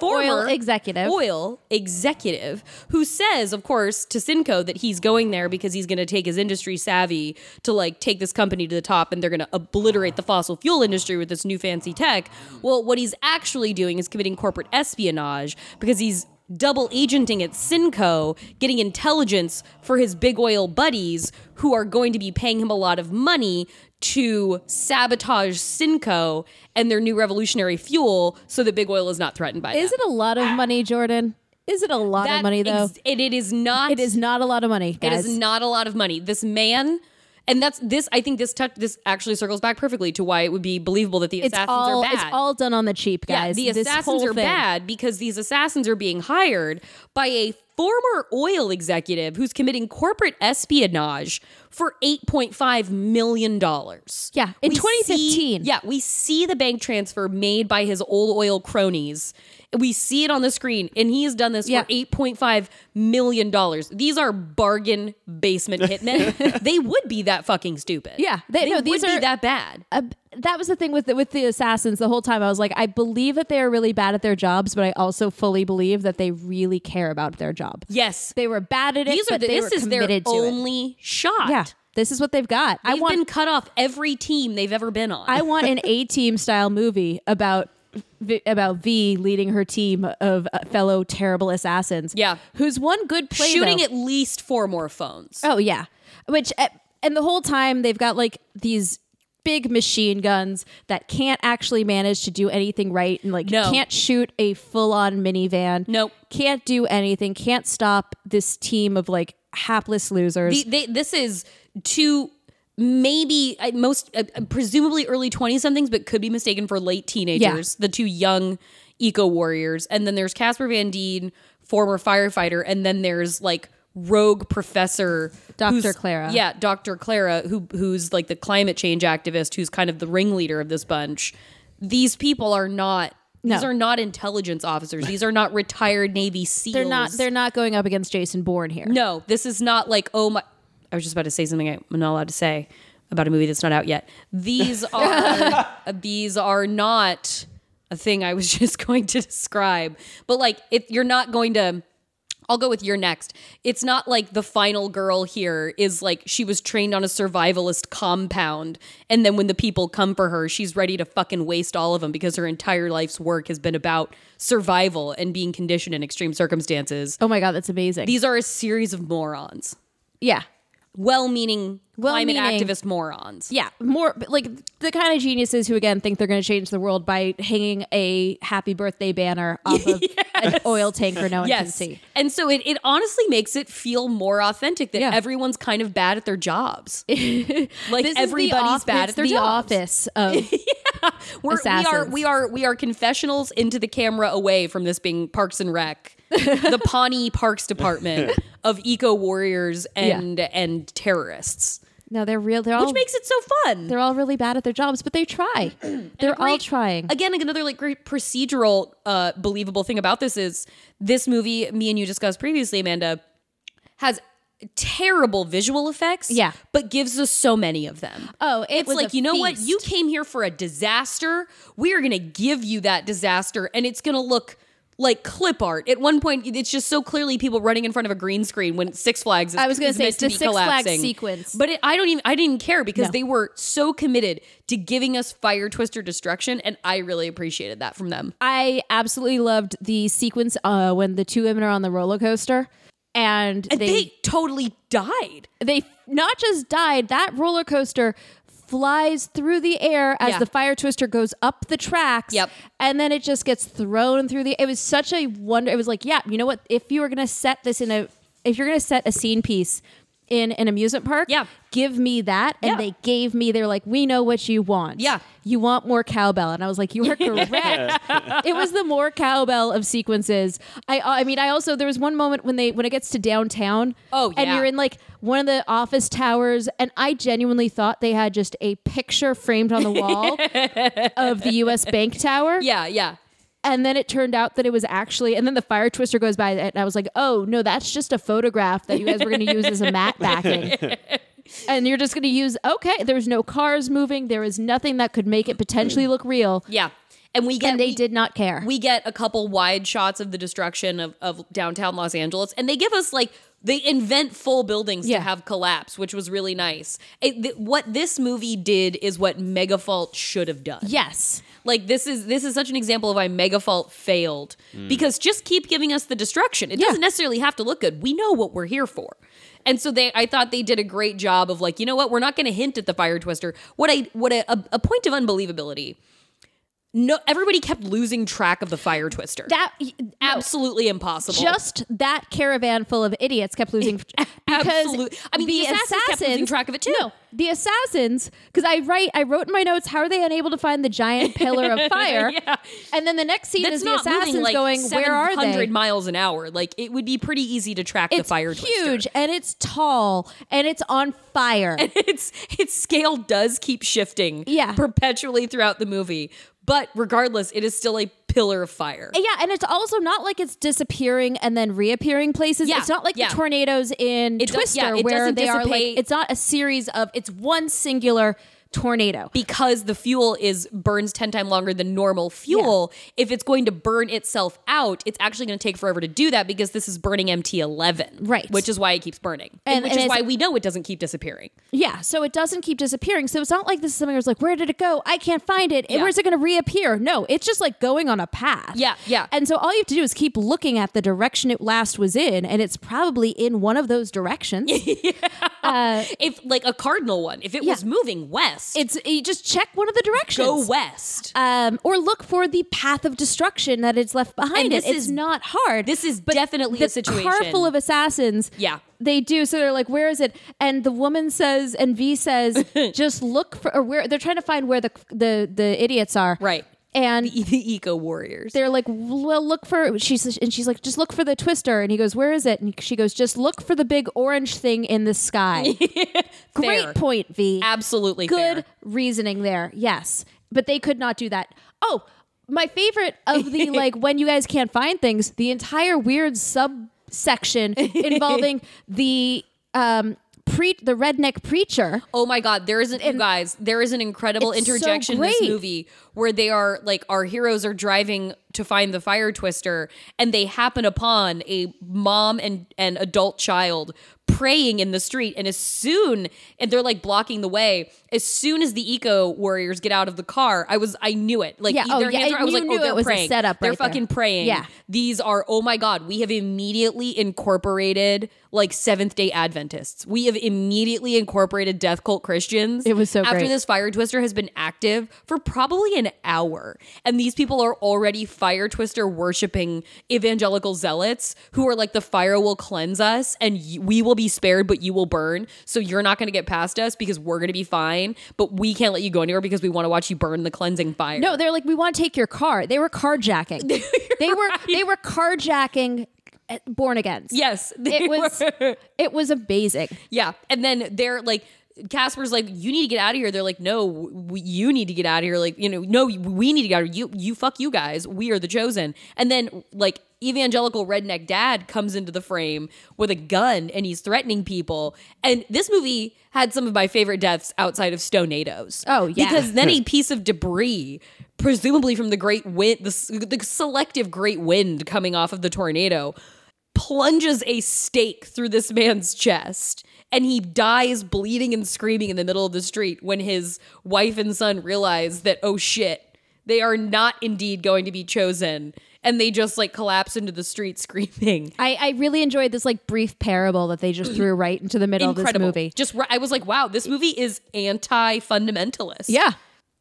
Speaker 1: former
Speaker 2: oil executive.
Speaker 1: oil executive who says of course to Sinco that he's going there because he's going to take his industry savvy to like take this company to the top and they're going to obliterate the fossil fuel industry with this new fancy tech well what he's actually doing is committing corporate espionage because he's double agenting at Sinco getting intelligence for his big oil buddies who are going to be paying him a lot of money to sabotage Sinco and their new revolutionary fuel so that big oil is not threatened by them.
Speaker 2: Is it a lot of money, Jordan? Is it a lot of
Speaker 1: That
Speaker 2: money though?
Speaker 1: ex- it, it is not.
Speaker 2: it is not a lot of money,
Speaker 1: It
Speaker 2: guys.
Speaker 1: is not a lot of money. This man, and that's this. I think this touch. This actually circles back perfectly to why it would be believable that the
Speaker 2: it's
Speaker 1: assassins
Speaker 2: all
Speaker 1: are bad.
Speaker 2: it's all done on the cheap, guys.
Speaker 1: Yeah, the
Speaker 2: This
Speaker 1: assassins
Speaker 2: whole
Speaker 1: are
Speaker 2: thing.
Speaker 1: bad because these assassins are being hired by a former oil executive who's committing corporate espionage for $8.5 million.
Speaker 2: Yeah, in
Speaker 1: We
Speaker 2: 2015.
Speaker 1: see- yeah, we see the bank transfer made by his old oil cronies. We see it on the screen, and he has done this
Speaker 2: Yeah.
Speaker 1: for $8.5 million. These are bargain basement hitmen. they would be that fucking stupid.
Speaker 2: Yeah, they-
Speaker 1: they
Speaker 2: no, these
Speaker 1: would be
Speaker 2: are-
Speaker 1: that bad.
Speaker 2: Uh, that was the thing with the, with the assassins the whole time. I was like, I believe that they are really bad at their jobs, but I also fully believe that they really care about their job.
Speaker 1: Yes.
Speaker 2: They were bad at it,
Speaker 1: These are
Speaker 2: but
Speaker 1: the,
Speaker 2: they
Speaker 1: this
Speaker 2: were
Speaker 1: is their
Speaker 2: committed to it.
Speaker 1: only shot.
Speaker 2: Yeah, this is what they've got. I
Speaker 1: They've
Speaker 2: want
Speaker 1: been cut off every team they've ever been on.
Speaker 2: I want an A team style movie about v, about V leading her team of uh, fellow terrible assassins.
Speaker 1: Yeah.
Speaker 2: who's one good play
Speaker 1: shooting
Speaker 2: though-
Speaker 1: at least four more phones.
Speaker 2: Oh yeah, which uh, and the whole time they've got like these big machine guns that can't actually manage to do anything right and like
Speaker 1: No.
Speaker 2: can't shoot a full on minivan.
Speaker 1: Nope.
Speaker 2: can't do anything. Can't stop this team of like hapless losers.
Speaker 1: The- they- this is to maybe uh, most uh, uh, presumably early 20 somethings but could be mistaken for late teenagers the two young eco warriors and then there's casper van deen former firefighter and then there's like rogue professor
Speaker 2: Dr.
Speaker 1: who's-
Speaker 2: Clara.
Speaker 1: yeah dr clara who who's like the climate change activist who's kind of the ringleader of this bunch these people are not these
Speaker 2: No.
Speaker 1: are not intelligence officers these are not retired navy seals
Speaker 2: they're not. They're not going up against Jason Bourne here.
Speaker 1: no, this is not like, oh my. I was just about to say something I'm not allowed to say about a movie that's not out yet. These are these are not a thing I was just going to describe. But like, if you're not going to I'll go with your next. It's not like the final girl here is like she was trained on a survivalist compound, and then when the people come for her, she's ready to fucking waste all of them because her entire life's work has been about survival and being conditioned in extreme circumstances.
Speaker 2: Oh my god, that's amazing.
Speaker 1: These are a series of morons,
Speaker 2: yeah,
Speaker 1: well-meaning, climate
Speaker 2: Well-meaning.
Speaker 1: activist morons.
Speaker 2: Yeah, more but, like the kind of geniuses who again think they're going to change the world by hanging a happy birthday banner off of an oil tank where no one can
Speaker 1: Yes.
Speaker 2: see.
Speaker 1: And so it, it honestly makes it feel more authentic that
Speaker 2: Yeah.
Speaker 1: everyone's kind of bad at their jobs. like
Speaker 2: This is the
Speaker 1: everybody's
Speaker 2: off-
Speaker 1: bad
Speaker 2: it's
Speaker 1: at their
Speaker 2: the
Speaker 1: jobs.
Speaker 2: office of
Speaker 1: We're, we are
Speaker 2: assassins.
Speaker 1: we are we are confessionals into the camera away from this being Parks and Rec. the Pawnee Parks Department of eco warriors and and terrorists.
Speaker 2: no, they're real. They're all
Speaker 1: Which makes it so fun.
Speaker 2: they're all really bad at their jobs, but they try. they're all
Speaker 1: great-
Speaker 2: trying.
Speaker 1: Again, like another like great procedural, uh, believable thing about this is this movie. Me and you discussed previously, Amanda, has terrible visual effects.
Speaker 2: Yeah.
Speaker 1: but gives us so many of them.
Speaker 2: Oh, it
Speaker 1: it's
Speaker 2: was
Speaker 1: like
Speaker 2: a
Speaker 1: you know what?
Speaker 2: feast.
Speaker 1: You came here for a disaster. We are going to give you that disaster, and it's going to look. Like clip art. At one point, it's just so clearly people running in front of a green screen when Six Flags. Is,
Speaker 2: I was gonna
Speaker 1: is
Speaker 2: say,
Speaker 1: meant
Speaker 2: it's
Speaker 1: to
Speaker 2: the
Speaker 1: be
Speaker 2: Six Flags
Speaker 1: collapsing.
Speaker 2: sequence.
Speaker 1: But it, I don't even I didn't care because
Speaker 2: No.
Speaker 1: they were so committed to giving us fire twister destruction and I really appreciated that from them.
Speaker 2: I absolutely loved the sequence uh, when the two women are on the roller coaster. And,
Speaker 1: And they,
Speaker 2: they
Speaker 1: totally died.
Speaker 2: they not just died that roller coaster flies through the air as
Speaker 1: Yeah.
Speaker 2: the fire twister goes up the tracks
Speaker 1: Yep.
Speaker 2: and then it just gets thrown through the it was such a wonder it was like yeah you know what if you were gonna set this in a if you're gonna set a scene piece in an amusement park
Speaker 1: Yeah.
Speaker 2: give me that and
Speaker 1: Yeah.
Speaker 2: they gave me they're like we know what you want
Speaker 1: Yeah.
Speaker 2: you want more cowbell and i was like you are correct it was the more cowbell of sequences i uh, i mean i also there was one moment when they when it gets to downtown
Speaker 1: Oh,
Speaker 2: and
Speaker 1: yeah.
Speaker 2: you're in like one of the office towers, and I genuinely thought they had just a picture framed on the wall of the U.S. Bank Tower.
Speaker 1: Yeah, yeah.
Speaker 2: And then it turned out that it was actually, and then the fire twister goes by, and I was like, oh, no, that's just a photograph that you guys were going to use as a mat backing. and you're just going to use, okay, there was no cars moving, there was nothing that could make it potentially look real.
Speaker 1: Yeah. and we get
Speaker 2: and they
Speaker 1: we-
Speaker 2: did not care.
Speaker 1: we get a couple wide shots of the destruction of, of downtown Los Angeles, and they give us like they invent full buildings
Speaker 2: Yeah.
Speaker 1: to have collapse, which was really nice. It, th- what this movie did is what Megafault should have done.
Speaker 2: yes.
Speaker 1: Like this is this is such an example of why Megafault failed because just keep giving us the destruction. It
Speaker 2: Yeah.
Speaker 1: doesn't necessarily have to look good. We know what we're here for. And so they I thought they did a great job of like, you know what? We're not going to hint at the fire twister. What I what a, a, a point of unbelievability. No everybody kept losing track of the fire twister.
Speaker 2: That
Speaker 1: absolutely impossible.
Speaker 2: just that caravan full of idiots kept losing because
Speaker 1: Absolute- I mean, the assassins kept losing track of it, too.
Speaker 2: No, the assassins because I write I wrote in my notes how are they unable to find the giant pillar of fire?
Speaker 1: Yeah.
Speaker 2: And then the next scene
Speaker 1: that's
Speaker 2: is the
Speaker 1: not
Speaker 2: assassins
Speaker 1: moving like
Speaker 2: going, "Where are they?"
Speaker 1: 700 miles an hour. Like it would be pretty easy to track the
Speaker 2: it's
Speaker 1: fire twister.
Speaker 2: huge and it's tall and it's on fire.
Speaker 1: its its scale does keep shifting
Speaker 2: Yeah.
Speaker 1: perpetually throughout the movie but regardless it is still a pillar of fire
Speaker 2: Yeah, and it's also not like it's disappearing and then reappearing places.
Speaker 1: Yeah,
Speaker 2: it's not like
Speaker 1: yeah.
Speaker 2: the tornadoes in
Speaker 1: It does-
Speaker 2: Twister
Speaker 1: yeah, it
Speaker 2: where
Speaker 1: doesn't
Speaker 2: they are like
Speaker 1: dissipate.
Speaker 2: it's not a series of it's one singular tornado.
Speaker 1: because the fuel is burns 10 times longer than normal fuel if it's going to burn itself out it's actually going to take forever to do that because this is burning mt11
Speaker 2: Right.
Speaker 1: which is why it keeps burning
Speaker 2: And-
Speaker 1: and, which
Speaker 2: and
Speaker 1: is
Speaker 2: it's-
Speaker 1: why we know it doesn't keep disappearing
Speaker 2: Yeah, so it doesn't keep disappearing. So it's not like this is something where it's like, where did it go? I can't find it. And
Speaker 1: Yeah.
Speaker 2: Where's it going to reappear? No, it's just like going on a path.
Speaker 1: Yeah, yeah.
Speaker 2: And so all you have to do is keep looking at the direction it last was in, and it's probably in one of those directions.
Speaker 1: if like a cardinal one if it
Speaker 2: Yeah.
Speaker 1: was moving west
Speaker 2: it's you just check one of the directions.
Speaker 1: go west
Speaker 2: Um, or look for the path of destruction that it's left behind.
Speaker 1: And
Speaker 2: it.
Speaker 1: this
Speaker 2: It's
Speaker 1: is-
Speaker 2: not hard.
Speaker 1: this is definitely
Speaker 2: the
Speaker 1: a situation
Speaker 2: car full of assassins.
Speaker 1: Yeah.
Speaker 2: they do. So they're like, "Where is it?" And the woman says, and V says, "Just look for or where." They're trying to find where the the the idiots are.
Speaker 1: Right.
Speaker 2: And
Speaker 1: the eco warriors
Speaker 2: they're like, "Well, look for." She's and she's like, "Just look for the twister." And he goes, "Where is it?" And she goes, "Just look for the big orange thing in the sky." Great point, V.
Speaker 1: absolutely
Speaker 2: Good
Speaker 1: fair.
Speaker 2: reasoning there. Yes. But they could not do that. Oh, my favorite of the like when you guys can't find things, the entire weird subsection involving the um pre the redneck preacher.
Speaker 1: Oh my God! There isn't you guys. There is an incredible
Speaker 2: It's so
Speaker 1: interjection in this
Speaker 2: great.
Speaker 1: movie where they are like our heroes are driving to find the fire twister, and they happen upon a mom and an adult child praying in the street. And as soon and they're like blocking the way. As soon as the eco warriors get out of the car, I was I knew it. Like
Speaker 2: Yeah, oh,
Speaker 1: their
Speaker 2: yeah,
Speaker 1: hands were- I
Speaker 2: and
Speaker 1: was
Speaker 2: you
Speaker 1: like,
Speaker 2: knew
Speaker 1: oh, they're
Speaker 2: it was a
Speaker 1: praying.
Speaker 2: setup
Speaker 1: they're
Speaker 2: right there.
Speaker 1: fucking praying.
Speaker 2: Yeah.
Speaker 1: These are, oh my God, we have immediately incorporated like Seventh day Adventists. We have immediately incorporated death cult Christians.
Speaker 2: It was so
Speaker 1: After
Speaker 2: great.
Speaker 1: this fire twister has been active for probably an hour. And these people are already fire twister worshiping evangelical zealots who are like, the fire will cleanse us and y- we will be spared, but you will burn. So you're not going to get past us because we're going to be fine, but we can't let you go anywhere because we want to watch you burn the cleansing fire.
Speaker 2: No, they're like, we want to take your car. They were carjacking. they were they were carjacking uh, born agains.
Speaker 1: Yes. they
Speaker 2: It was
Speaker 1: were.
Speaker 2: it was amazing.
Speaker 1: Yeah. And then they're like, Casper's like, you need to get out of here. They're like, no, we, you need to get out of here. Like, you know, no, we need to get out of here. You, you fuck you guys. We are the chosen. And then, like, evangelical redneck dad comes into the frame with a gun and he's threatening people. And this movie had some of my favorite deaths outside of Stonados.
Speaker 2: Oh, yeah.
Speaker 1: Because then a piece of debris, presumably from the great wind, the, s- the selective great wind coming off of the tornado, plunges a stake through this man's chest and he dies bleeding and screaming in the middle of the street when his wife and son realize that oh shit they are not indeed going to be chosen and they just like collapse into the street screaming
Speaker 2: I, I really enjoyed this like brief parable that they just threw right into the middle
Speaker 1: incredible
Speaker 2: of this movie.
Speaker 1: just ri- i was like wow this movie is anti-fundamentalist
Speaker 2: Yeah.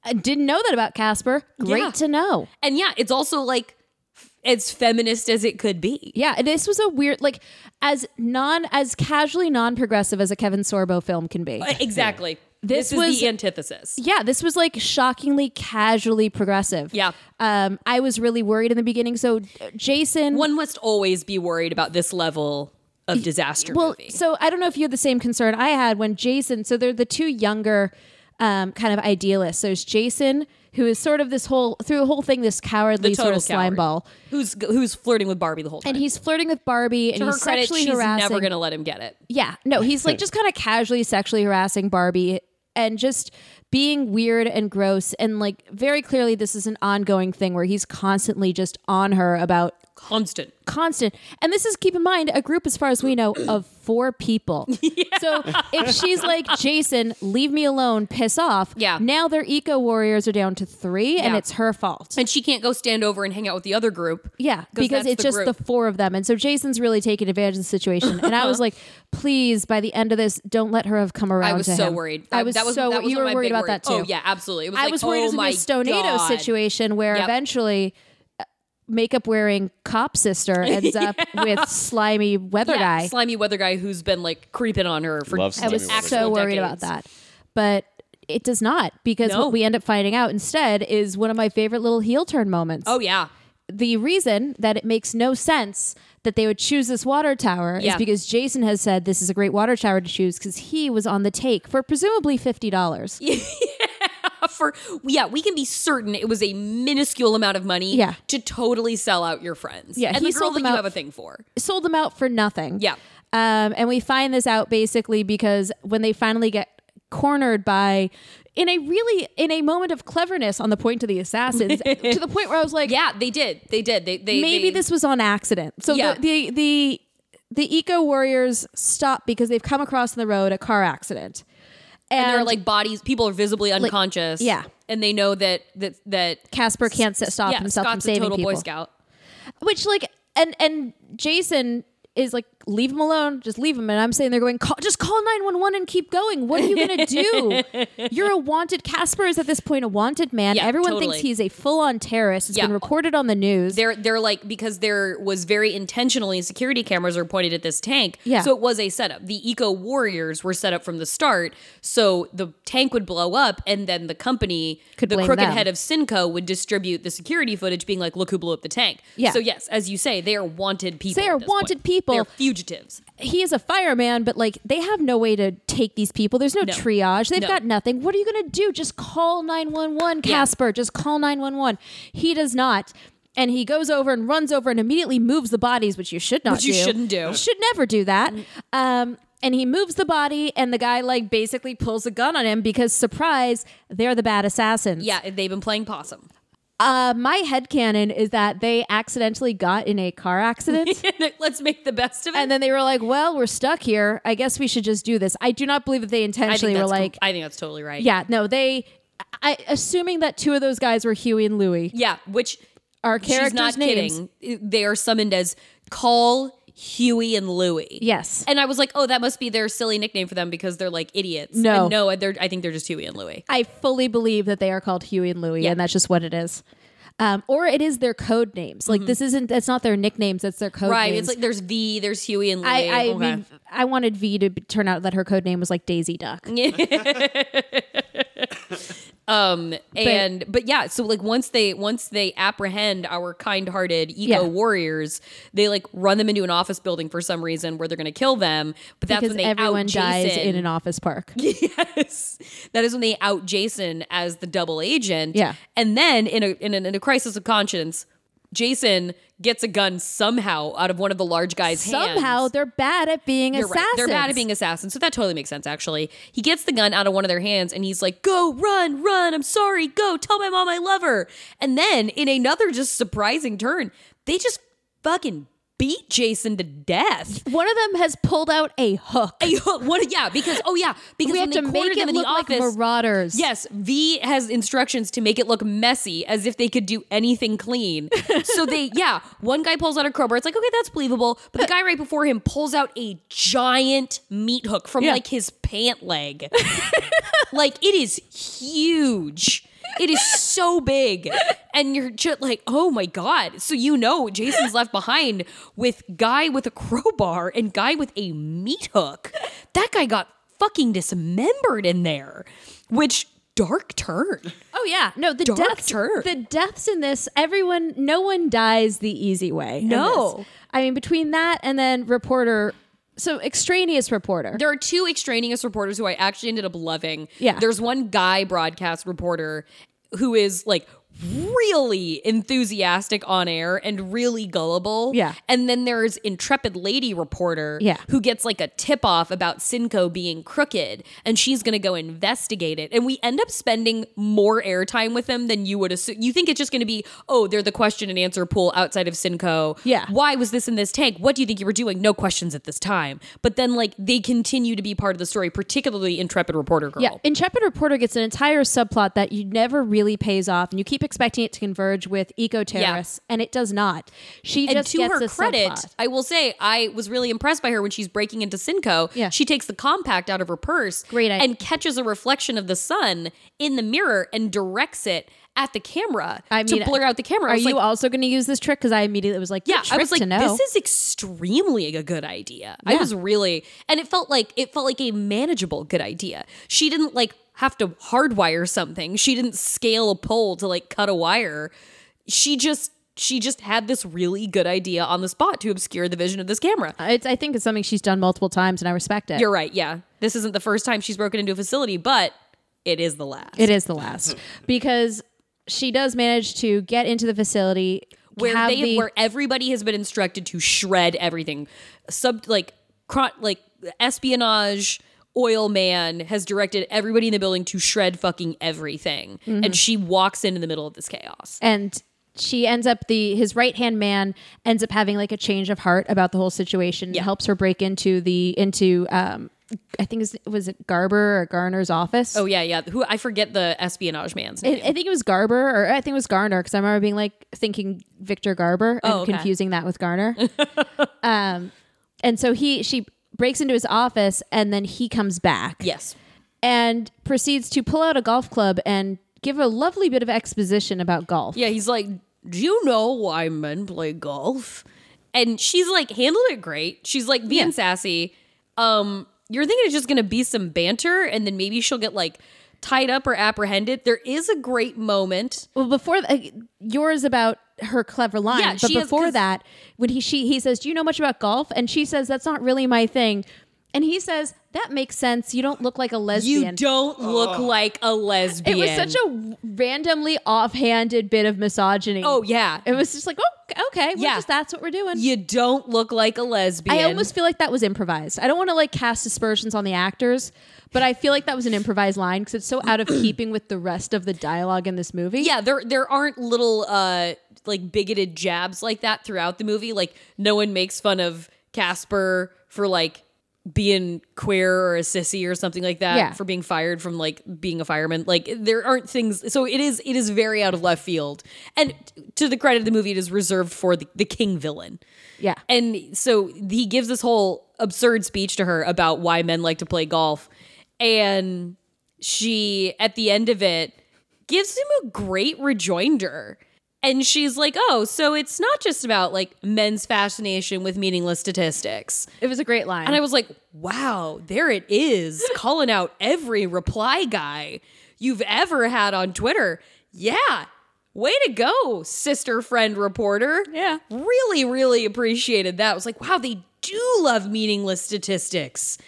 Speaker 2: I didn't know that about Casper. Great
Speaker 1: Yeah.
Speaker 2: to know.
Speaker 1: and yeah it's also like f- as feminist as it could be
Speaker 2: Yeah, and this was a weird like as non as casually non-progressive as a Kevin Sorbo film can be.
Speaker 1: exactly
Speaker 2: This
Speaker 1: this,
Speaker 2: was-
Speaker 1: is the antithesis
Speaker 2: Yeah, this was like shockingly casually progressive.
Speaker 1: Yeah.
Speaker 2: Um I was really worried in the beginning so uh, Jason
Speaker 1: one must always be worried about this level of disaster
Speaker 2: well,
Speaker 1: movie.
Speaker 2: so I don't know if you had the same concern I had when Jason. So they're the two younger, um, kind of idealists. There's Jason, who is sort of this whole through the whole thing, this cowardly sort of slime
Speaker 1: coward.
Speaker 2: ball,
Speaker 1: Who's who's flirting with Barbie the whole time.
Speaker 2: and he's flirting with Barbie, and
Speaker 1: to her
Speaker 2: he's
Speaker 1: credit,
Speaker 2: sexually
Speaker 1: she's
Speaker 2: harassing.
Speaker 1: never gonna let him get it.
Speaker 2: yeah, no, he's like just kind of casually sexually harassing Barbie, and just being weird and gross and like very clearly this is an ongoing thing where he's constantly just on her about
Speaker 1: Constant.
Speaker 2: constant. And this is keep in mind a group as far as we know of four people. So if she's like Jason, leave me alone, piss off.
Speaker 1: Yeah.
Speaker 2: Now their eco warriors are down to three, and
Speaker 1: Yeah.
Speaker 2: it's her fault.
Speaker 1: And she can't go stand over and hang out with the other group.
Speaker 2: Yeah, because
Speaker 1: that's
Speaker 2: it's
Speaker 1: the
Speaker 2: just
Speaker 1: group.
Speaker 2: the four of them. And so Jason's really taking advantage of the situation. And I was like, please, by the end of this, don't let her have come around.
Speaker 1: I was
Speaker 2: to
Speaker 1: so
Speaker 2: him.
Speaker 1: worried.
Speaker 2: I was
Speaker 1: that was,
Speaker 2: so
Speaker 1: that was
Speaker 2: you
Speaker 1: one
Speaker 2: were
Speaker 1: of my
Speaker 2: worried
Speaker 1: big
Speaker 2: about that too.
Speaker 1: Oh yeah, absolutely. It was
Speaker 2: I
Speaker 1: like,
Speaker 2: was worried
Speaker 1: oh
Speaker 2: it was
Speaker 1: my
Speaker 2: going to be a Stonato
Speaker 1: God.
Speaker 2: situation where
Speaker 1: Yep.
Speaker 2: eventually uh, makeup wearing cop sister ends up with slimy weather
Speaker 1: Yeah,
Speaker 2: guy.
Speaker 1: slimy weather guy who's been like creeping on her for
Speaker 4: Loves
Speaker 2: I
Speaker 4: Tell
Speaker 2: was
Speaker 4: me
Speaker 2: so
Speaker 4: what it
Speaker 1: actual
Speaker 4: is.
Speaker 2: worried about
Speaker 1: decades.
Speaker 2: that. But it does not because
Speaker 1: No.
Speaker 2: what we end up finding out instead is one of my favorite little heel turn moments.
Speaker 1: Oh yeah,
Speaker 2: The reason that it makes no sense that they would choose this water tower is
Speaker 1: Yeah.
Speaker 2: because Jason has said this is a great water tower to choose because he was on the take for presumably $50.
Speaker 1: Uh, for yeah, we can be certain it was a minuscule amount of money.
Speaker 2: Yeah.
Speaker 1: to totally sell out your friends.
Speaker 2: Yeah,
Speaker 1: and
Speaker 2: he
Speaker 1: the girl
Speaker 2: sold
Speaker 1: that
Speaker 2: them
Speaker 1: you
Speaker 2: out-
Speaker 1: have a thing for.
Speaker 2: sold them out for nothing.
Speaker 1: Yeah.
Speaker 2: Um, and we find this out basically because when they finally get cornered by in a really in a moment of cleverness on the point of the assassins to the point where I was like,
Speaker 1: Yeah, they did. They did. They, they
Speaker 2: maybe
Speaker 1: they-
Speaker 2: this was on accident. So
Speaker 1: Yeah.
Speaker 2: the, the the the eco warriors stop because they've come across in the road a car accident. And,
Speaker 1: and there are like bodies. People are visibly unconscious.
Speaker 2: yeah.
Speaker 1: and they know that that that
Speaker 2: Casper can't sit, stop
Speaker 1: yeah,
Speaker 2: himself
Speaker 1: Scott's
Speaker 2: from saving
Speaker 1: a total
Speaker 2: people.
Speaker 1: Boy Scout.
Speaker 2: Which like and and Jason is like leave him alone, just leave him. And I'm saying they're going call, just call 911 and keep going. What are you going to do? You're a wanted Casper is at this point a wanted man.
Speaker 1: Yeah,
Speaker 2: Everyone
Speaker 1: totally.
Speaker 2: thinks he's a full-on terrorist. It's
Speaker 1: Yeah.
Speaker 2: been reported on the news.
Speaker 1: They're they're like because there was very intentionally security cameras are pointed at this tank.
Speaker 2: Yeah.
Speaker 1: So it was a setup. The eco warriors were set up from the start, so the tank would blow up, and then the company,
Speaker 2: Could
Speaker 1: the
Speaker 2: blame
Speaker 1: crooked
Speaker 2: them.
Speaker 1: head of Sinco, would distribute the security footage, being like, "Look who blew up the tank."
Speaker 2: Yeah.
Speaker 1: So yes, as you say, they are wanted people.
Speaker 2: They are
Speaker 1: at this
Speaker 2: wanted
Speaker 1: point.
Speaker 2: people.
Speaker 1: They're fugitives.
Speaker 2: he is a fireman, but like they have no way to take these people. There's no,
Speaker 1: No.
Speaker 2: triage. They've
Speaker 1: No.
Speaker 2: got nothing. What are you going to do? Just call 911, Casper. Just call 911. He does not. And he goes over and runs over and immediately moves the bodies, which you should not
Speaker 1: Which
Speaker 2: do.
Speaker 1: you shouldn't do. Mm.
Speaker 2: You Should never do that. Um, and he moves the body, and the guy like basically pulls a gun on him because surprise, they're the bad assassins.
Speaker 1: Yeah, they've been playing possum.
Speaker 2: Uh, my headcanon is that they accidentally got in a car accident.
Speaker 1: Let's make the best of it.
Speaker 2: And then they were like, "Well, we're stuck here. I guess we should just do this." I do not believe that they
Speaker 1: I think
Speaker 2: intentionally
Speaker 1: that's
Speaker 2: were
Speaker 1: com-
Speaker 2: like,
Speaker 1: I think that's totally right.
Speaker 2: "Yeah, no, they." I assuming that two of those guys were Huey and Louie.
Speaker 1: Yeah, which
Speaker 2: Our
Speaker 1: she's
Speaker 2: characters'
Speaker 1: not
Speaker 2: names.
Speaker 1: kidding. They are summoned as Call, Huey, and Louie.
Speaker 2: Yes.
Speaker 1: And I was like, oh, that must be their silly nickname for them because they're like idiots.
Speaker 2: No.
Speaker 1: And no, they're, I think they're just Huey and Louie.
Speaker 2: I fully believe that they are called Huey and Louie,
Speaker 1: Yeah.
Speaker 2: and that's just what it is. Um, or it is their code names. Like this isn't. That's not their nicknames. That's their code
Speaker 1: Mm-hmm. Right.
Speaker 2: names.
Speaker 1: It's like there's V, there's Huey and Louie.
Speaker 2: Oh, I, I
Speaker 1: Okay.
Speaker 2: mean, I wanted V to be- turn out that her code name was like Daisy Duck.
Speaker 1: and but yeah so like once they once they apprehend our kind-hearted eco
Speaker 2: Yeah.
Speaker 1: warriors they like run them into an office building for some reason where they're gonna kill them but that's
Speaker 2: because
Speaker 1: when they
Speaker 2: everyone
Speaker 1: out
Speaker 2: dies
Speaker 1: Jason.
Speaker 2: in an office park.
Speaker 1: Yes, that is when they out Jason as the double agent.
Speaker 2: Yeah.
Speaker 1: and then in a in a, in a crisis of conscience, Jason gets a gun somehow out of one of the large guy's hands.
Speaker 2: Somehow they're bad at being
Speaker 1: You're
Speaker 2: assassins.
Speaker 1: right. They're bad at being assassins, so that totally makes sense. Actually, he gets the gun out of one of their hands, and he's like, "Go, run, run! I'm sorry. Go, tell my mom I love her." And then, in another just surprising turn, they just fucking beat Jason to death.
Speaker 2: One of them has pulled out a hook.
Speaker 1: Hey, what? Yeah, because oh yeah, because
Speaker 2: we
Speaker 1: when they
Speaker 2: have to
Speaker 1: cornered
Speaker 2: make
Speaker 1: them
Speaker 2: it
Speaker 1: in
Speaker 2: look
Speaker 1: the office,
Speaker 2: like marauders.
Speaker 1: Yes, V has instructions to make it look messy as if they could do anything clean. so they, yeah, one guy pulls out a crowbar. It's like, okay, that's believable. But the guy right before him pulls out a giant meat hook from
Speaker 2: Yeah.
Speaker 1: like his pant leg. like it is huge. It is so big. And you're just like, oh my God. So you know Jason's left behind with guy with a crowbar and guy with a meat hook. That guy got fucking dismembered in there, which dark turn.
Speaker 2: Oh yeah. No, the
Speaker 1: Dark
Speaker 2: deaths.
Speaker 1: turn.
Speaker 2: The deaths in this, everyone, no one dies the easy way. in
Speaker 1: No.
Speaker 2: this. I mean between that and then reporter, so extraneous reporter.
Speaker 1: There are two extraneous reporters who I actually ended up loving.
Speaker 2: Yeah.
Speaker 1: There's one guy broadcast reporter who is like really enthusiastic on air and really gullible.
Speaker 2: Yeah.
Speaker 1: And then there's intrepid lady reporter
Speaker 2: Yeah.
Speaker 1: who gets like a tip off about Sinco being crooked and she's going to go investigate it. And we end up spending more airtime with them than you would assume. You think it's just going to be, oh, they're the question and answer pool outside of Sinco.
Speaker 2: Yeah.
Speaker 1: Why was this in this tank? What do you think you were doing? No questions at this time. But then like they continue to be part of the story, particularly intrepid reporter girl.
Speaker 2: Yeah, Intrepid Reporter gets an entire subplot that you never really pays off, and you keep expecting it to converge with Eco Terrorists, and it does not. She
Speaker 1: and
Speaker 2: just
Speaker 1: to
Speaker 2: gets
Speaker 1: her
Speaker 2: a
Speaker 1: credit,
Speaker 2: subplot.
Speaker 1: I will say I was really impressed by her when she's breaking into Cinco.
Speaker 2: Yeah.
Speaker 1: She takes the compact out of her purse
Speaker 2: Great idea.
Speaker 1: and catches a reflection of the sun in the mirror and directs it at the camera
Speaker 2: I mean,
Speaker 1: to blur out the camera. I
Speaker 2: Are
Speaker 1: was
Speaker 2: you
Speaker 1: like,
Speaker 2: also going to use this trick? Because I immediately was like,
Speaker 1: yeah,
Speaker 2: good
Speaker 1: I
Speaker 2: trick
Speaker 1: was like,
Speaker 2: to know.
Speaker 1: this is extremely a good idea. I
Speaker 2: Yeah.
Speaker 1: was really, and it felt like it felt like a manageable good idea. She didn't like have to hardwire something. She didn't scale a pole to like cut a wire. She just she just had this really good idea on the spot to obscure the vision of this camera.
Speaker 2: It's, I think it's something she's done multiple times, and I respect it.
Speaker 1: You're right. Yeah, this isn't the first time she's broken into a facility, but it is the last.
Speaker 2: It is the last because she does manage to get into the facility
Speaker 1: where
Speaker 2: have
Speaker 1: they
Speaker 2: the-
Speaker 1: where everybody has been instructed to shred everything sub like cron- like espionage oil man has directed everybody in the building to shred fucking everything
Speaker 2: Mm-hmm.
Speaker 1: and she walks in in the middle of this chaos
Speaker 2: and she ends up the his right hand man ends up having like a change of heart about the whole situation.
Speaker 1: Yeah.
Speaker 2: helps her break into the into um I think it was, was it Garber or Garner's office.
Speaker 1: oh yeah yeah who i forget the espionage man's
Speaker 2: I,
Speaker 1: name
Speaker 2: I think it was Garber or I think it was Garner because I remember being like thinking Victor Garber and
Speaker 1: Oh, okay.
Speaker 2: confusing that with Garner. um, and so he she breaks into his office and then he comes back.
Speaker 1: yes
Speaker 2: and proceeds to pull out a golf club and give a lovely bit of exposition about golf.
Speaker 1: yeah he's like do you know why men play golf and she's like handled it great she's like being sassy um you're thinking it's just gonna be some banter and then maybe she'll get like tied up or apprehended there is a great moment
Speaker 2: Well, before th- uh, yours about her clever line,
Speaker 1: Yeah,
Speaker 2: but
Speaker 1: she has-
Speaker 2: before
Speaker 1: 'cause-
Speaker 2: that, when he she he says, "Do you know much about golf?" and she says, "That's not really my thing," and he says, "That makes sense. You don't look like a lesbian."
Speaker 1: you don't look like a lesbian
Speaker 2: It was such a w- randomly offhanded bit of misogyny.
Speaker 1: oh yeah
Speaker 2: it was just like, oh, okay,
Speaker 1: Yeah.
Speaker 2: yeah, just, that's what we're doing.
Speaker 1: you don't look like a lesbian
Speaker 2: I almost feel like that was improvised. I don't want to like cast aspersions on the actors, but I feel like that was an improvised line because it's so out of keeping with the rest of the dialogue in this movie.
Speaker 1: yeah there there aren't little uh like bigoted jabs like that throughout the movie like no one makes fun of casper for like being queer or a sissy or something like that
Speaker 2: Yeah.
Speaker 1: for being fired from like being a fireman like there aren't things so it is it is very out of left field and to the credit of the movie it is reserved for the, the king villain
Speaker 2: Yeah.
Speaker 1: and so he gives this whole absurd speech to her about why men like to play golf. And she, at the end of it, gives him a great rejoinder. And she's like, oh, so it's not just about like men's fascination with meaningless statistics.
Speaker 2: It was a great line.
Speaker 1: And I was like, wow, there it is, calling out every reply guy you've ever had on Twitter. Yeah. Way to go, sister friend reporter.
Speaker 2: Yeah.
Speaker 1: Really, really appreciated that. I was like, wow, they do love meaningless statistics.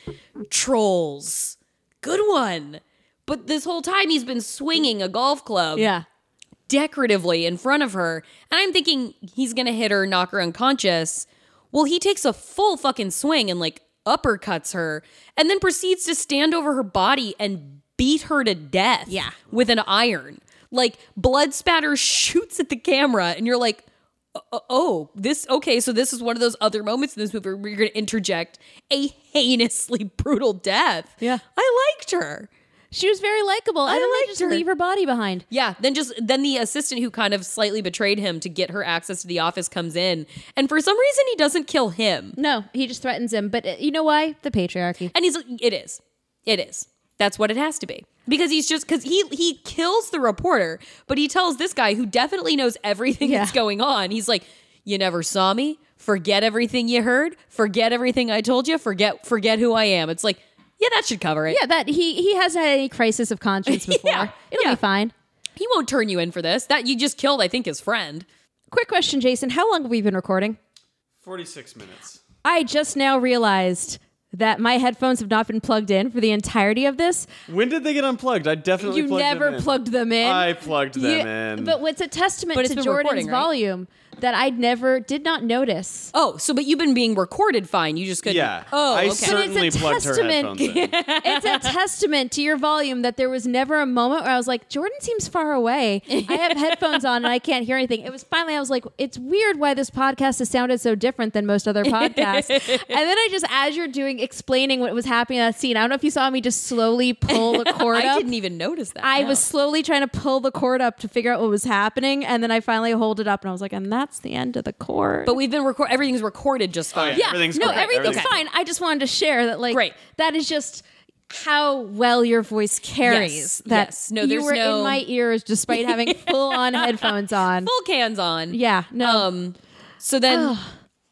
Speaker 1: Trolls. Good one. But this whole time he's been swinging a golf club
Speaker 2: yeah.
Speaker 1: decoratively in front of her. And I'm thinking he's going to hit her, knock her unconscious. Well, he takes a full fucking swing and like uppercuts her and then proceeds to stand over her body and beat her to death
Speaker 2: Yeah.
Speaker 1: with an iron. Like blood spatter shoots at the camera and you're like, "Oh, oh, this okay, so this is one of those other moments in this movie where you're going to interject a heinously brutal death.
Speaker 2: Yeah.
Speaker 1: I liked her.
Speaker 2: She was very likable. I and then they
Speaker 1: liked
Speaker 2: just
Speaker 1: her.
Speaker 2: leave her body behind.
Speaker 1: Yeah, then just then the assistant who kind of slightly betrayed him to get her access to the office comes in, and for some reason he doesn't kill him,
Speaker 2: No, he just threatens him. But uh, you know why? The patriarchy.
Speaker 1: and he's like, it is, it is. That's what it has to be because he's just because he he kills the reporter, but he tells this guy who definitely knows everything that's
Speaker 2: Yeah.
Speaker 1: going on. He's like, you never saw me. Forget everything you heard. Forget everything I told you. Forget forget who I am. It's like, yeah, that should cover it.
Speaker 2: Yeah, that he he hasn't had any crisis of conscience before.
Speaker 1: Yeah,
Speaker 2: It'll
Speaker 1: yeah.
Speaker 2: be fine.
Speaker 1: he won't turn you in for this. That you just killed, I think, his friend.
Speaker 2: Quick question, Jason. How long have we been recording?
Speaker 3: Forty-six minutes.
Speaker 2: I just now realized that my headphones have not been plugged in for the entirety of this.
Speaker 3: When did they get unplugged? I definitely
Speaker 2: you
Speaker 3: plugged them
Speaker 2: never
Speaker 3: in.
Speaker 2: plugged them in.
Speaker 3: I plugged them in.
Speaker 2: But it's a testament
Speaker 1: But it's
Speaker 2: to
Speaker 1: been
Speaker 2: Jordan's
Speaker 1: recording, right?
Speaker 2: volume that I never did not notice.
Speaker 1: Oh, so but you've been being recorded fine. You just couldn't.
Speaker 3: yeah.
Speaker 1: Oh,
Speaker 3: I
Speaker 1: okay.
Speaker 3: certainly plugged her
Speaker 2: testament.
Speaker 3: headphones in.
Speaker 2: it's a testament to your volume that there was never a moment where I was like, Jordan seems far away. I have headphones on and I can't hear anything. It was finally, I was like, it's weird why this podcast has sounded so different than most other podcasts. and then I just, as you're doing, explaining what was happening in that scene, I don't know if you saw me just slowly pull the cord
Speaker 1: I
Speaker 2: up.
Speaker 1: didn't even notice that.
Speaker 2: I
Speaker 1: no.
Speaker 2: was slowly trying to pull the cord up to figure out what was happening. And then I finally hold it up and I was like, and that's the end of the cord.
Speaker 1: But we've been record. Everything's recorded just fine.
Speaker 3: Oh, yeah.
Speaker 2: yeah,
Speaker 3: Everything's
Speaker 2: no,
Speaker 3: great.
Speaker 2: everything's
Speaker 3: Everything's
Speaker 2: fine. I just wanted to share that, like,
Speaker 1: Great.
Speaker 2: that is just how well your voice carries.
Speaker 1: Yes,
Speaker 2: that
Speaker 1: yes. No,
Speaker 2: you
Speaker 1: there's
Speaker 2: were
Speaker 1: no-
Speaker 2: in my ears despite having full on headphones on.
Speaker 1: Full cans on.
Speaker 2: Yeah, no,
Speaker 1: Um. So then,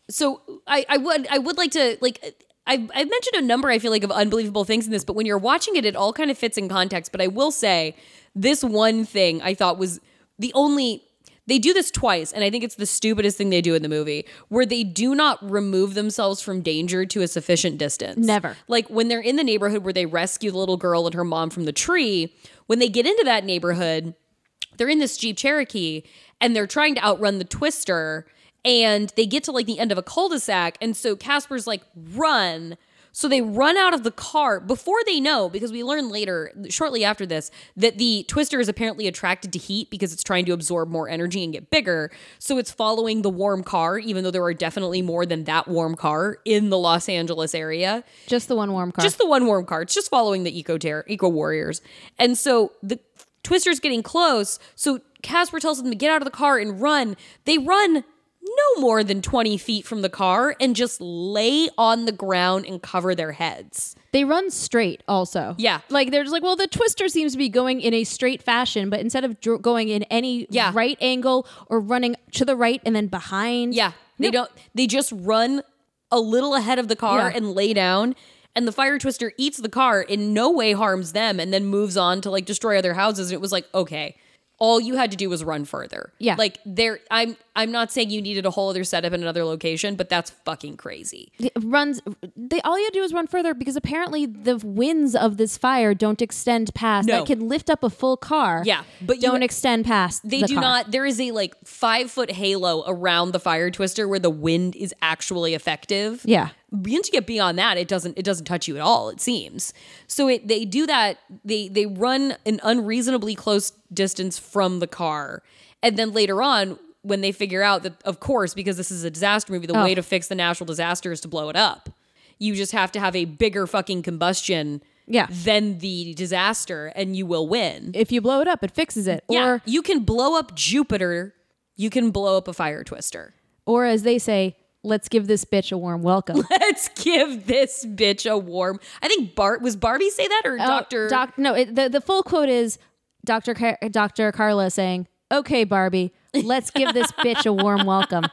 Speaker 1: so I I would I would like to like. I've, I've mentioned a number, I feel like, of unbelievable things in this, but when you're watching it, it all kind of fits in context. But I will say, this one thing I thought was the only. They do this twice, and I think it's the stupidest thing they do in the movie, where they do not remove themselves from danger to a sufficient distance.
Speaker 2: Never.
Speaker 1: Like when they're in the neighborhood where they rescue the little girl and her mom from the tree, when they get into that neighborhood, they're in this Jeep Cherokee and they're trying to outrun the Twister and they get to like the end of a cul-de-sac and so Casper's like run so they run out of the car before they know because we learn later shortly after this that the twister is apparently attracted to heat because it's trying to absorb more energy and get bigger so it's following the warm car even though there are definitely more than that warm car in the Los Angeles area
Speaker 2: just the one warm car.
Speaker 1: just the one warm card. It's just following the eco terror, eco warriors. And so the Twister's getting close. So Casper tells them to get out of the car and run. They run no more than 20 feet from the car and just lay on the ground and cover their heads.
Speaker 2: they run straight, also.
Speaker 1: Yeah.
Speaker 2: like they're just like, well, the twister seems to be going in a straight fashion, but instead of dr- going in any
Speaker 1: Yeah.
Speaker 2: right angle or running to the right and then behind,
Speaker 1: Yeah. They don't they just run a little ahead of the car
Speaker 2: Yeah.
Speaker 1: and lay down and the fire twister eats the car in no way harms them and then moves on to like destroy other houses and it was like okay all you had to do was run further
Speaker 2: Yeah.
Speaker 1: like there i'm i'm not saying you needed a whole other setup in another location but that's fucking crazy
Speaker 2: it runs they all you do is run further because apparently the winds of this fire don't extend past
Speaker 1: No.
Speaker 2: that can lift up a full car
Speaker 1: Yeah, but you-
Speaker 2: don't extend past
Speaker 1: they
Speaker 2: the
Speaker 1: do
Speaker 2: car.
Speaker 1: not there is a like five foot halo around the fire twister where the wind is actually effective
Speaker 2: yeah
Speaker 1: once you get beyond that, it doesn't it doesn't touch you at all. It seems so. It they do that. They they run an unreasonably close distance from the car, and then later on, when they figure out that, of course, because this is a disaster movie, the
Speaker 2: Oh.
Speaker 1: way to fix the natural disaster is to blow it up. You just have to have a bigger fucking combustion,
Speaker 2: Yeah.
Speaker 1: than the disaster, and you will win.
Speaker 2: if you blow it up it fixes it
Speaker 1: yeah,
Speaker 2: or
Speaker 1: you can blow up Jupiter. You can blow up a fire twister.
Speaker 2: or as they say let's give this bitch a warm welcome
Speaker 1: let's give this bitch a warm. I think Bart was Barbie say that or Doctor.
Speaker 2: Oh, doc no it, the, the full quote is dr Car- dr carla saying okay barbie let's give this bitch a warm welcome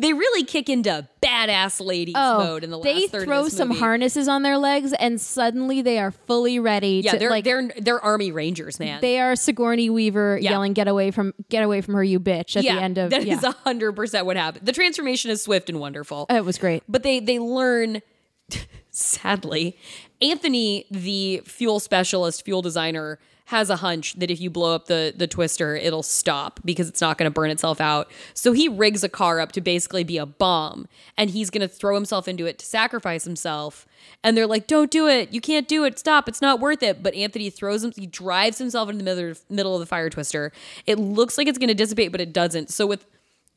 Speaker 1: they really kick into badass ladies mode in the last
Speaker 2: Oh, they
Speaker 1: third
Speaker 2: throw
Speaker 1: of this
Speaker 2: some
Speaker 1: movie.
Speaker 2: harnesses on their legs and suddenly they are fully ready
Speaker 1: Yeah,
Speaker 2: to
Speaker 1: they're
Speaker 2: like
Speaker 1: they're they're army rangers, man.
Speaker 2: They are Sigourney Weaver
Speaker 1: Yeah.
Speaker 2: yelling "Get away from get away from her, you bitch!" at
Speaker 1: yeah,
Speaker 2: the end of
Speaker 1: that
Speaker 2: yeah. Oh,
Speaker 1: is hundred percent what happened. The transformation is swift and wonderful.
Speaker 2: it was great.
Speaker 1: but they they learn sadly anthony the fuel specialist fuel designer has a hunch that if you blow up the the twister it'll stop because it's not going to burn itself out so he rigs a car up to basically be a bomb and he's going to throw himself into it to sacrifice himself and they're like don't do it you can't do it stop it's not worth it but anthony throws him he drives himself into the middle, middle of the fire twister it looks like it's going to dissipate but it doesn't so with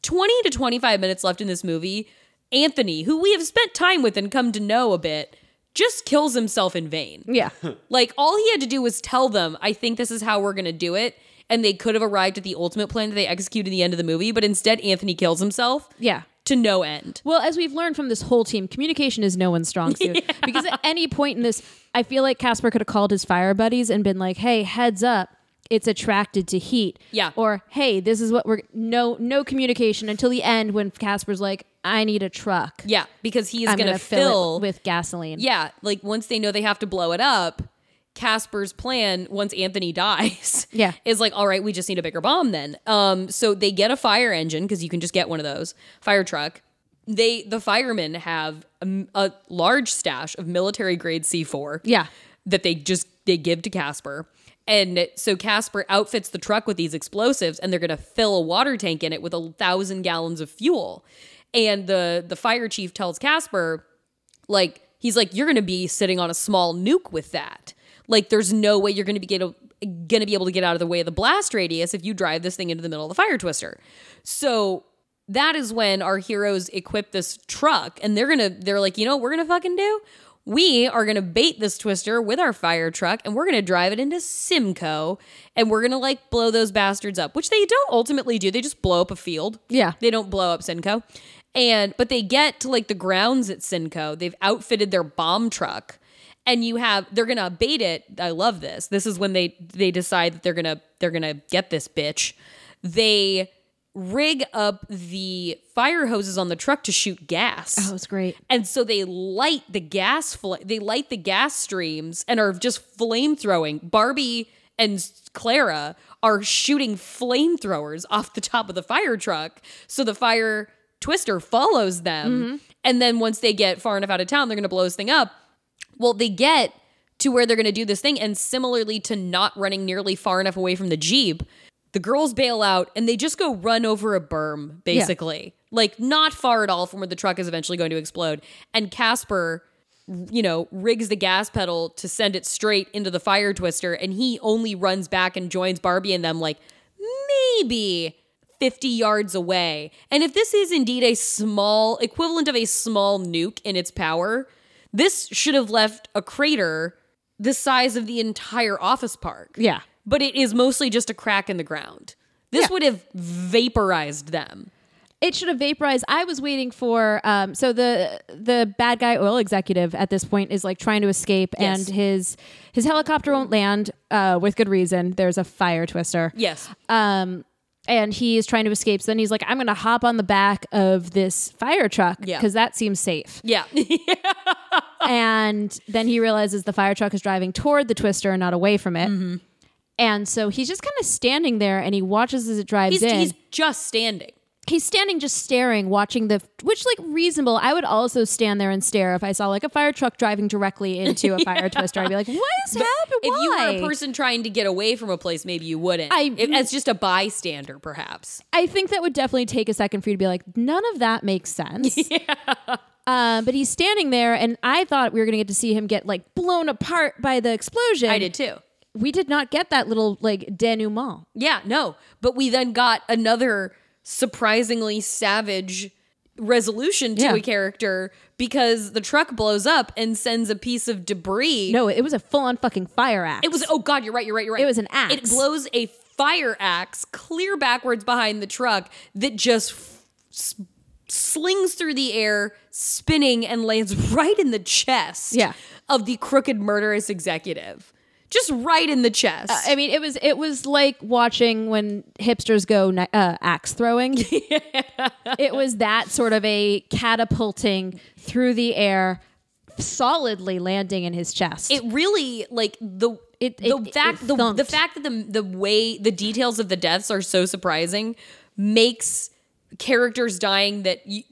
Speaker 1: 20 to 25 minutes left in this movie, Anthony, who we have spent time with and come to know a bit, just kills himself in vain.
Speaker 2: Yeah,
Speaker 1: Like, all he had to do was tell them, I think this is how we're going to do it. And they could have arrived at the ultimate plan that they execute in the end of the movie, but instead, Anthony kills himself
Speaker 2: yeah.
Speaker 1: to no end.
Speaker 2: Well, as we've learned from this whole team, communication is no one's strong suit. Because at any point in this, I feel like Casper could have called his fire buddies and been like, "Hey, heads up." It's attracted to heat.
Speaker 1: Yeah.
Speaker 2: Or hey, this is what we're no no communication until the end when Casper's like, I need a truck.
Speaker 1: Yeah, because he is
Speaker 2: I'm
Speaker 1: going to
Speaker 2: gonna fill it
Speaker 1: fill
Speaker 2: with gasoline.
Speaker 1: yeah, like once they know they have to blow it up, Casper's plan once Anthony dies,
Speaker 2: Yeah.
Speaker 1: is like, all right, we just need a bigger bomb then. Um, so they get a fire engine because you can just get one of those fire truck. they the firemen have a, a large stash of military grade C4.
Speaker 2: Yeah.
Speaker 1: That they just they give to Casper. And so Casper outfits the truck with these explosives and they're going to fill a water tank in it with a thousand gallons of fuel. And the the fire chief tells Casper like he's like you're going to be sitting on a small nuke with that. Like there's no way you're going to be get going to be able to get out of the way of the blast radius if you drive this thing into the middle of the fire twister. So that is when our heroes equip this truck and they're gonna they're like you know what we're gonna fucking do we are gonna bait this twister with our fire truck and we're gonna drive it into simcoe and we're gonna like blow those bastards up which they don't ultimately do they just blow up a field
Speaker 2: Yeah.
Speaker 1: they don't blow up simcoe and but they get to like the grounds at simcoe they've outfitted their bomb truck and you have they're gonna bait it i love this this is when they they decide that they're gonna they're gonna get this bitch they rig up the fire hoses on the truck to shoot gas
Speaker 2: That was great.
Speaker 1: and so they light the gas fl- they light the gas streams and are just flamethrowing barbie and clara are shooting flamethrowers off the top of the fire truck so the fire twister follows them and then once they get far enough out of town they're going to blow this thing up well they get to where they're going to do this thing and similarly to not running nearly far enough away from the jeep the girls bail out and they just go run over a berm basically like not far at all from where the truck is eventually going to explode and casper you know rigs the gas pedal to send it straight into the fire twister and he only runs back and joins barbie and them like maybe 50 yards away. And if this is indeed a small equivalent of a small nuke in its power, this should have left a crater the size of the entire office park.
Speaker 2: Yeah.
Speaker 1: But it is mostly just a crack in the ground. This
Speaker 2: Yeah.
Speaker 1: would have vaporized them.
Speaker 2: it should have vaporized. I was waiting for um, so the the bad guy oil executive at this point is like trying to escape,
Speaker 1: Yes.
Speaker 2: and his his helicopter won't land uh, with good reason. There's a fire twister.
Speaker 1: Yes.
Speaker 2: Um, and he is trying to escape. So then he's like, I'm going to hop on the back of this fire truck because
Speaker 1: Yeah.
Speaker 2: that seems safe.
Speaker 1: yeah.
Speaker 2: and then he realizes the fire truck is driving toward the twister and not away from it.
Speaker 1: Mm-hmm.
Speaker 2: And so he's just kind of standing there and he watches as it drives
Speaker 1: he's,
Speaker 2: in
Speaker 1: he's just standing.
Speaker 2: he's standing just staring watching the which like reasonable i would also stand there and stare if i saw like a fire truck driving directly into a fire twister i'd be like what is happening
Speaker 1: If you were a
Speaker 2: Why?"
Speaker 1: person trying to get away from a place, maybe you wouldn't.
Speaker 2: I-
Speaker 1: If- as just a bystander, perhaps.
Speaker 2: i think that would definitely take a second for you to be like none of that makes sense um, but he's standing there and i thought we were going to get to see him get like blown apart by the explosion
Speaker 1: I did too.
Speaker 2: we did not get that little like denouement
Speaker 1: Yeah, no. But we then got another surprisingly savage resolution to
Speaker 2: Yeah.
Speaker 1: a character because the truck blows up and sends a piece of debris.
Speaker 2: no it was a full-on fucking fire axe
Speaker 1: It was oh god, you're right, you're right, you're right.
Speaker 2: It was an axe.
Speaker 1: It blows a fire axe clear backwards behind the truck that just f- s- slings through the air, spinning and lands right in the chest
Speaker 2: Yeah.
Speaker 1: of the crooked murderous executive. Just right in the chest.
Speaker 2: I mean, it was it was like watching when hipsters go ni- uh, axe throwing. It was that sort of a catapulting through the air, solidly landing in his chest.
Speaker 1: it really like the
Speaker 2: It-
Speaker 1: the
Speaker 2: it-
Speaker 1: fact
Speaker 2: it
Speaker 1: the,
Speaker 2: thumped.
Speaker 1: the fact that the the way the details of the deaths are so surprising makes characters dying that y-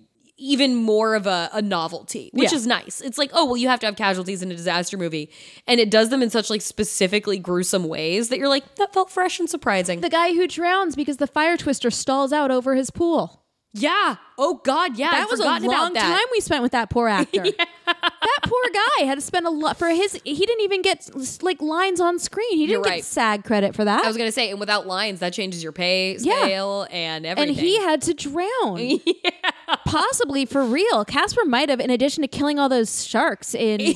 Speaker 1: even more of a, a novelty, which
Speaker 2: Yeah.
Speaker 1: is nice. It's like, oh well, you have to have casualties in a disaster movie, and it does them in such like specifically gruesome ways that you're like, that felt fresh and surprising.
Speaker 2: the guy who drowns because the fire twister stalls out over his pool.
Speaker 1: yeah. Oh God. Yeah.
Speaker 2: That
Speaker 1: I'd
Speaker 2: was a
Speaker 1: forgotten about
Speaker 2: long
Speaker 1: that.
Speaker 2: time we spent with that poor actor. That poor guy had to spend a lot for his. He didn't even get like lines on screen. He didn't
Speaker 1: You're right.
Speaker 2: get SAG credit for that.
Speaker 1: I was gonna say, and without lines, that changes your pay
Speaker 2: Yeah.
Speaker 1: scale and everything.
Speaker 2: and he had to drown. Possibly for real. Casper might have, in addition to killing all those sharks in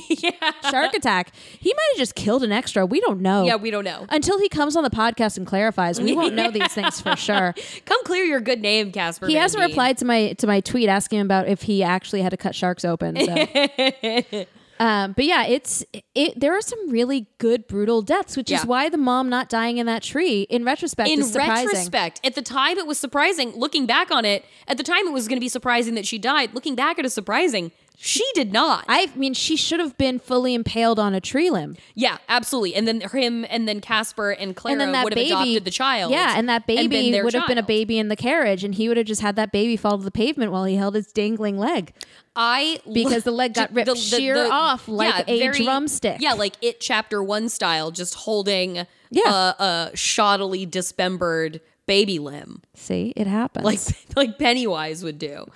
Speaker 2: Shark Attack, he might have just killed an extra. We don't know.
Speaker 1: yeah, we don't know.
Speaker 2: Until he comes on the podcast and clarifies, we won't know these things for sure.
Speaker 1: Come clear your good name, Casper.
Speaker 2: He
Speaker 1: Van
Speaker 2: hasn't
Speaker 1: Dien.
Speaker 2: replied to my to my tweet asking him about if he actually had to cut sharks open. So. um, but yeah, it's it. There are some really good brutal deaths, which
Speaker 1: Yeah.
Speaker 2: is why the mom not dying in that tree, in retrospect,
Speaker 1: In
Speaker 2: is surprising.
Speaker 1: retrospect, at the time it was surprising. Looking back on it, at the time it was going to be surprising that she died. Looking back, it is surprising She did not.
Speaker 2: I mean, she should have been fully impaled on a tree limb.
Speaker 1: yeah, absolutely. And then him, and then Casper and Clara
Speaker 2: and then that
Speaker 1: would have
Speaker 2: baby
Speaker 1: adopted the child.
Speaker 2: Yeah, and that baby
Speaker 1: been their
Speaker 2: would have been a
Speaker 1: child.
Speaker 2: baby in the carriage, and he would have just had that baby fall to the pavement while he held his dangling leg.
Speaker 1: I lo-
Speaker 2: Because the leg got ripped sheer off like a drumstick.
Speaker 1: Yeah, like it chapter one style, just holding
Speaker 2: Yeah.
Speaker 1: uh, a shoddily dismembered baby limb.
Speaker 2: See, it happens.
Speaker 1: like like Pennywise would do.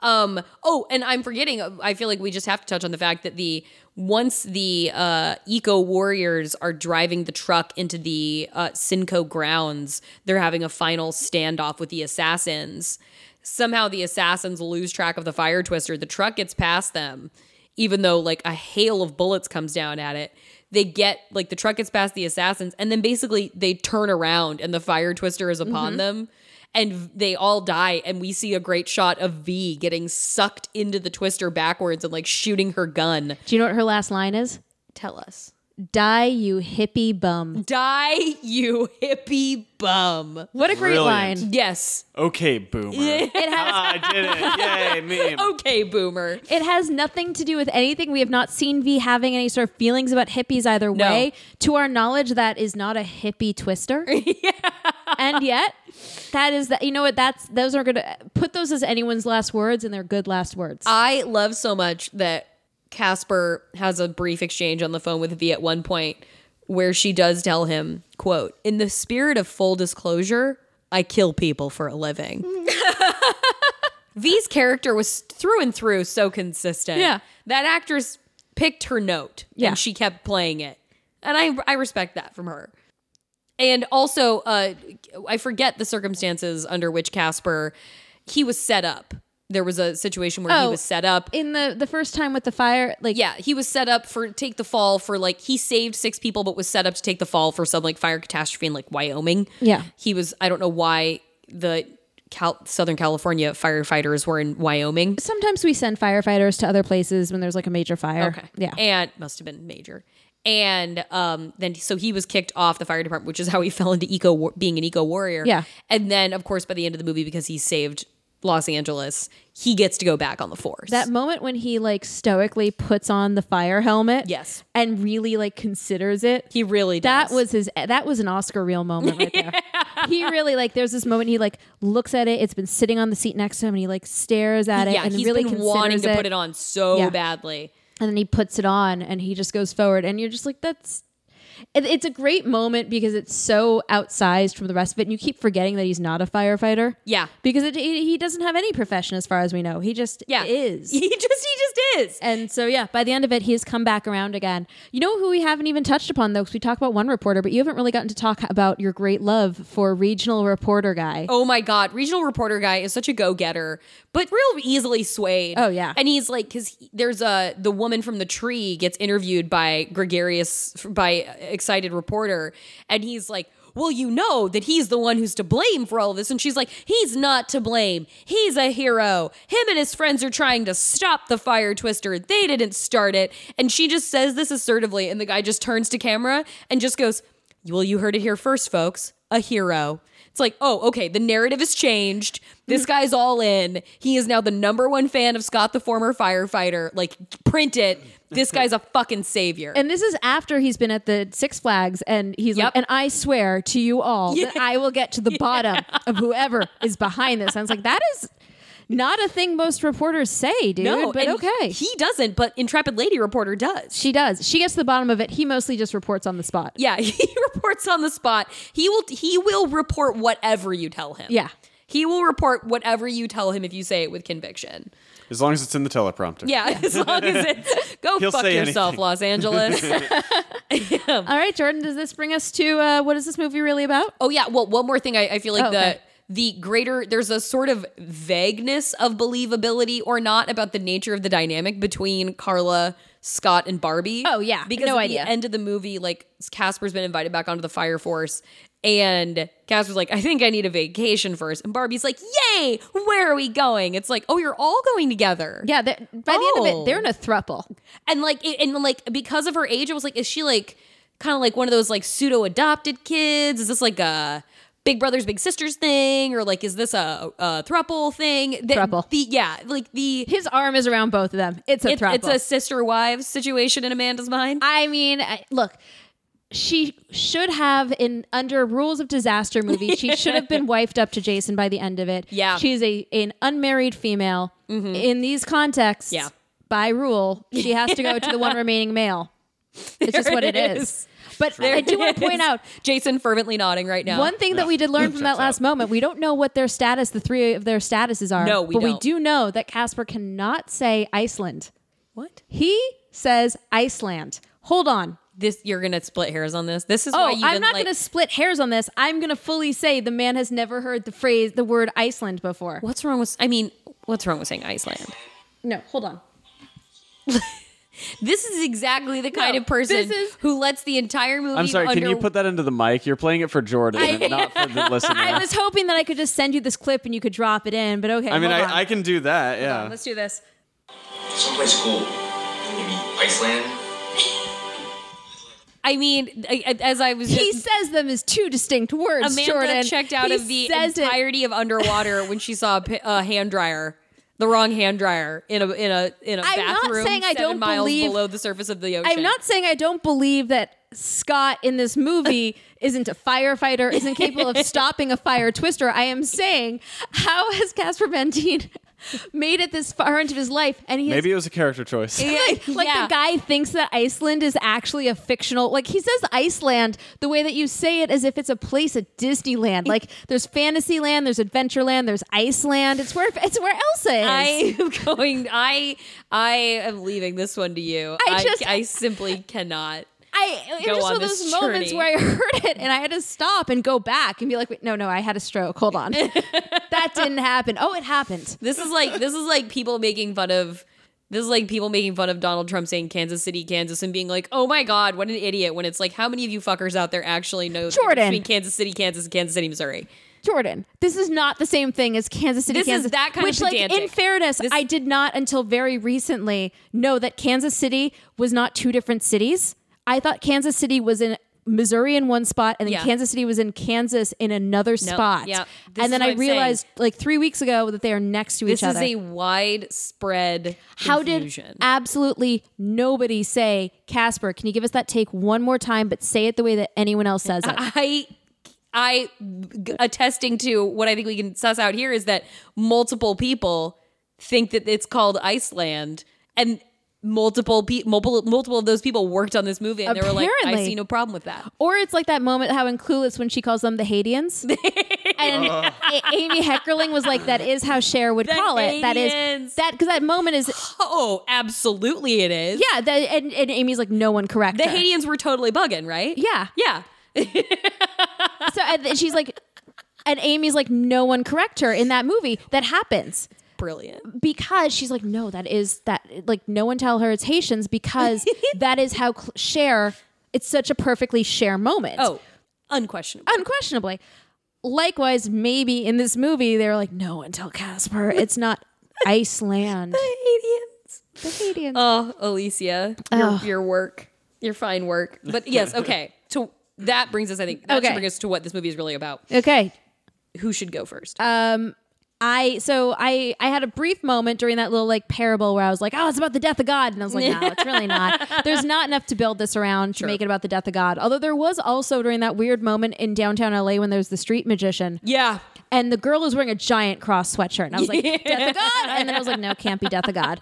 Speaker 1: Um, oh, and I'm forgetting. I feel like we just have to touch on the fact that the once the uh, eco warriors are driving the truck into the uh, Sinco grounds, they're having a final standoff with the assassins. Somehow the assassins lose track of the fire twister. The truck gets past them, even though like a hail of bullets comes down at it. They get like the truck gets past the assassins, and then basically they turn around and the fire twister is upon them and they all die and we see a great shot of v getting sucked into the twister backwards and like shooting her gun
Speaker 2: do you know what her last line is?
Speaker 1: tell us
Speaker 2: Die, you hippie bum.
Speaker 1: die you hippie bum
Speaker 2: What a great
Speaker 3: Brilliant.
Speaker 2: line.
Speaker 1: yes
Speaker 3: Okay, boomer. Ah,
Speaker 2: It has
Speaker 3: I did it. Yay, me.
Speaker 1: okay boomer
Speaker 2: It has nothing to do with anything. We have not seen V having any sort of feelings about hippies either
Speaker 1: No.
Speaker 2: way. To our knowledge, that is not a hippie twister. And yet, that is that. You know what? That's those are going to put those as anyone's last words, and they're good last words.
Speaker 1: I love so much that Casper has a brief exchange on the phone with V at one point where she does tell him, quote, in the spirit of full disclosure, I kill people for a living. V's character was through and through so consistent.
Speaker 2: Yeah.
Speaker 1: That actress picked her note
Speaker 2: Yeah.
Speaker 1: and she kept playing it. And I I respect that from her. And also, uh, I forget the circumstances under which Casper he was set up. There was a situation where he
Speaker 2: Oh.
Speaker 1: was set up.
Speaker 2: in the the first time with the fire, like
Speaker 1: yeah, he was set up for take the fall for like he saved six people, but was set up to take the fall for some like fire catastrophe in like Wyoming.
Speaker 2: Yeah.
Speaker 1: he was. I don't know why the Cal- Southern California firefighters were in Wyoming.
Speaker 2: Sometimes we send firefighters to other places when there's like a major fire.
Speaker 1: Okay.
Speaker 2: Yeah.
Speaker 1: And must have been major. And um, then so he was kicked off the fire department, which is how he fell into eco war- being an eco warrior.
Speaker 2: Yeah.
Speaker 1: And then, of course, by the end of the movie, because he saved Los Angeles, he gets to go back on the force.
Speaker 2: that moment when he like stoically puts on the fire helmet.
Speaker 1: Yes.
Speaker 2: And really like considers it.
Speaker 1: he really does.
Speaker 2: That was his. That was an Oscar real moment right there. He really like. There's this moment he like looks at it. It's been sitting on the seat next to him, and he like stares at it.
Speaker 1: yeah.
Speaker 2: and
Speaker 1: He's
Speaker 2: really
Speaker 1: been wanting to
Speaker 2: considers
Speaker 1: put it on so
Speaker 2: Yeah.
Speaker 1: badly.
Speaker 2: and then he puts it on, and he just goes forward, and you're just like, that's. It, it's a great moment because it's so outsized from the rest of it, and you keep forgetting that he's not a firefighter.
Speaker 1: Yeah.
Speaker 2: because it, he he doesn't have any profession as far as we know. He just
Speaker 1: Yeah,
Speaker 2: is.
Speaker 1: he just he just is.
Speaker 2: And so, yeah, by the end of it, he's come back around again. You know who we haven't even touched upon, though, because we talk about one reporter, but you haven't really gotten to talk about your great love for regional reporter guy.
Speaker 1: Oh my God. Regional reporter guy is such a go getter, but real easily swayed.
Speaker 2: Oh, yeah.
Speaker 1: And he's like, because there's a, the woman from the tree gets interviewed by gregarious, by excited reporter. And he's like, well, you know that he's the one who's to blame for all of this. And she's like, he's not to blame. He's a hero. Him and his friends are trying to stop the fire twister. They didn't start it. And she just says this assertively. And the guy just turns to camera and just goes, well, you heard it here first, folks. A hero. It's like, oh, okay, the narrative has changed. This
Speaker 2: Mm-hmm.
Speaker 1: guy's all in. He is now the number one fan of Scott, the former firefighter. Like, print it. This guy's a fucking savior.
Speaker 2: And this is after he's been at the Six Flags, and he's
Speaker 1: Yep.
Speaker 2: like, and I swear to you all that I will get to the bottom of whoever is behind this. And it's like, that is not a thing most reporters say, dude, but
Speaker 1: and
Speaker 2: okay.
Speaker 1: He doesn't, but Intrepid Lady Reporter does.
Speaker 2: she does. She gets to the bottom of it. He mostly just reports on the spot.
Speaker 1: Yeah, he reports on the spot. He will he will report whatever you tell him.
Speaker 2: Yeah.
Speaker 1: He will report whatever you tell him if you say it with conviction.
Speaker 3: As long as it's in the teleprompter.
Speaker 1: Yeah, as long as it's go
Speaker 3: He'll
Speaker 1: fuck
Speaker 3: say
Speaker 1: yourself,
Speaker 3: anything.
Speaker 1: Los Angeles.
Speaker 2: All right, Jordan, does this bring us to uh, what is this movie really about?
Speaker 1: Oh yeah. Well, one more thing. I, I feel like
Speaker 2: Oh, okay.
Speaker 1: the the greater there's a sort of vagueness of believability or not about the nature of the dynamic between Carla, Scott, and Barbie.
Speaker 2: Oh, yeah.
Speaker 1: Because
Speaker 2: No
Speaker 1: at
Speaker 2: idea.
Speaker 1: the end of the movie, like Casper's been invited back onto the Fire Force. And Casper's like, I think I need a vacation first. And Barbie's like, Yay, where are we going? It's like, oh, you're all going together.
Speaker 2: Yeah, they're- by the end of
Speaker 1: Oh.
Speaker 2: it, they're in a thruple.
Speaker 1: And like, it, and like, because of her age, I was like, is she like kind of like one of those like pseudo adopted kids? Is this like a Big Brothers Big Sisters thing, or like is this a, a thruple thing? The,
Speaker 2: Thruple.
Speaker 1: The, yeah, like the
Speaker 2: His arm is around both of them. It's a
Speaker 1: it's,
Speaker 2: throuple.
Speaker 1: it's a sister wives situation in Amanda's mind.
Speaker 2: I mean, I, look, she should have in under rules of disaster movie. She should have been wifed up to Jason by the end of it.
Speaker 1: Yeah.
Speaker 2: she's a an unmarried female in these contexts.
Speaker 1: Yeah.
Speaker 2: by rule, she has to go to the one remaining male. It's just what
Speaker 1: it
Speaker 2: it is.
Speaker 1: is.
Speaker 2: But I do want to point out
Speaker 1: Jason fervently nodding right now.
Speaker 2: one thing that we did learn from that
Speaker 3: Checks
Speaker 2: last
Speaker 3: out.
Speaker 2: moment, we don't know what their status, the three of their statuses are.
Speaker 1: No, we
Speaker 2: but we
Speaker 1: don't.
Speaker 2: do know that Casper cannot say Iceland.
Speaker 1: what?
Speaker 2: He says Iceland. Hold on.
Speaker 1: This you're gonna split hairs on this. This is
Speaker 2: Oh,
Speaker 1: why you've
Speaker 2: I'm
Speaker 1: been
Speaker 2: not
Speaker 1: like,
Speaker 2: going to split hairs on this. I'm going to fully say the man has never heard the phrase, the word Iceland before.
Speaker 1: What's wrong with? I mean, what's wrong with saying Iceland?
Speaker 2: No, hold on.
Speaker 1: This is exactly the kind
Speaker 2: No,
Speaker 1: of person
Speaker 2: this is-
Speaker 1: who lets the entire movie.
Speaker 3: I'm sorry.
Speaker 1: Under-
Speaker 3: Can you put that into the mic? You're playing it for Jordan, and not for the listener.
Speaker 2: I
Speaker 3: I,
Speaker 2: was hoping that I could just send you this clip and you could drop it in, but okay.
Speaker 3: mean,
Speaker 2: hold on.
Speaker 3: I, I can do that. Yeah.
Speaker 1: Let's do this.
Speaker 4: Someplace cool. Maybe Iceland.
Speaker 1: I mean, I- I- as I was,
Speaker 2: He
Speaker 1: just-
Speaker 2: says them as two distinct words.
Speaker 1: Amanda
Speaker 2: Jordan
Speaker 1: checked out
Speaker 2: He
Speaker 1: of the
Speaker 2: says it.
Speaker 1: entirety of Underwater when she saw a, pi- a hand dryer, the wrong hand dryer in a in a in a
Speaker 2: I'm not
Speaker 1: bathroom
Speaker 2: saying I
Speaker 1: seven
Speaker 2: don't
Speaker 1: miles
Speaker 2: believe-
Speaker 1: below the surface of the ocean.
Speaker 2: I'm not saying I don't believe that Scott in this movie isn't a firefighter, isn't capable of stopping a fire twister. I am saying, how has Casper Van Dien made it this far into his life? And he has
Speaker 3: Maybe it was a character choice.
Speaker 2: like, like
Speaker 1: Yeah.
Speaker 2: the guy thinks that Iceland is actually a fictional. Like he says Iceland the way that you say it as if it's a place at Disneyland. Like there's Fantasyland, there's Adventureland, there's Iceland. It's where it's where Elsa is.
Speaker 1: I am going. I I am leaving this one to you.
Speaker 2: I
Speaker 1: I
Speaker 2: just-
Speaker 1: I simply cannot.
Speaker 2: I it
Speaker 1: go
Speaker 2: was
Speaker 1: on
Speaker 2: just one of
Speaker 1: this
Speaker 2: those moments
Speaker 1: journey.
Speaker 2: where I heard it and I had to stop and go back and be like, wait, no, no, I had a stroke. Hold on, that didn't happen. Oh, it happened.
Speaker 1: This is like this is like people making fun of this is like people making fun of Donald Trump saying Kansas City, Kansas, and being like, "Oh my God, what an idiot!" When it's like, how many of you fuckers out there actually know the difference
Speaker 2: Jordan.
Speaker 1: between Kansas City, Kansas, and Kansas City, Missouri?
Speaker 2: Jordan, this is not the same thing as Kansas City,
Speaker 1: This is
Speaker 2: Kansas.
Speaker 1: that kind of
Speaker 2: which, like, in
Speaker 1: pedantic.
Speaker 2: fairness,
Speaker 1: This-
Speaker 2: I did not until very recently know that Kansas City was not two different cities. I thought Kansas City was in Missouri in one spot, and then
Speaker 1: Yeah.
Speaker 2: Kansas City was in Kansas in another spot.
Speaker 1: yeah. This
Speaker 2: And
Speaker 1: is
Speaker 2: then
Speaker 1: what
Speaker 2: I
Speaker 1: I'm saying.
Speaker 2: realized, like three weeks ago, that they are next to
Speaker 1: This
Speaker 2: each
Speaker 1: is
Speaker 2: other.
Speaker 1: a widespread
Speaker 2: How did
Speaker 1: confusion.
Speaker 2: absolutely nobody say, Casper, can you give us that take one more time, but say it the way that anyone else says it?
Speaker 1: I I g- attesting to what I think we can suss out here is that multiple people think that it's called Iceland and multiple pe- multiple multiple of those people worked on this movie and they were like I
Speaker 2: Apparently.
Speaker 1: see no problem with that.
Speaker 2: Or it's like that moment how in Clueless when she calls them the Hadians. and A- Amy Heckerling was like, that is how Cher would call it. That
Speaker 1: Hadians.
Speaker 2: is that because that moment is
Speaker 1: Oh, absolutely it is.
Speaker 2: yeah, that, and, and Amy's like, no one correct.
Speaker 1: The
Speaker 2: her."
Speaker 1: Hadians were totally bugging, right?
Speaker 2: Yeah.
Speaker 1: Yeah.
Speaker 2: So and then she's like and Amy's like, no one correct her in that movie. That happens.
Speaker 1: Brilliant.
Speaker 2: Because she's like, no, that is that like no one tell her it's Haitians because that is how cl- Cher it's such a perfectly Cher moment.
Speaker 1: Oh, unquestionable.
Speaker 2: unquestionably. Likewise, maybe in this movie they were like, "No one tell Casper, it's not Iceland."
Speaker 1: Hadians.
Speaker 2: The Hadians.
Speaker 1: Oh, Alicia, your, your work, your fine work. But yes, okay. So that brings us, I think, that should
Speaker 2: Okay.
Speaker 1: bring us to what this movie is really about.
Speaker 2: okay,
Speaker 1: Who should go first?
Speaker 2: Uh, I so I I had a brief moment during that little like parable where I was like, "Oh, it's about the death of God," and I was like, "No, it's really not." There's not enough to build this around to make it about the death of God. Although there was also during that weird moment in downtown LA when there was the street magician.
Speaker 1: yeah.
Speaker 2: and the girl was wearing a giant cross sweatshirt, and I was like, "Death of God!" And then I was like, "No, can't be Death of God."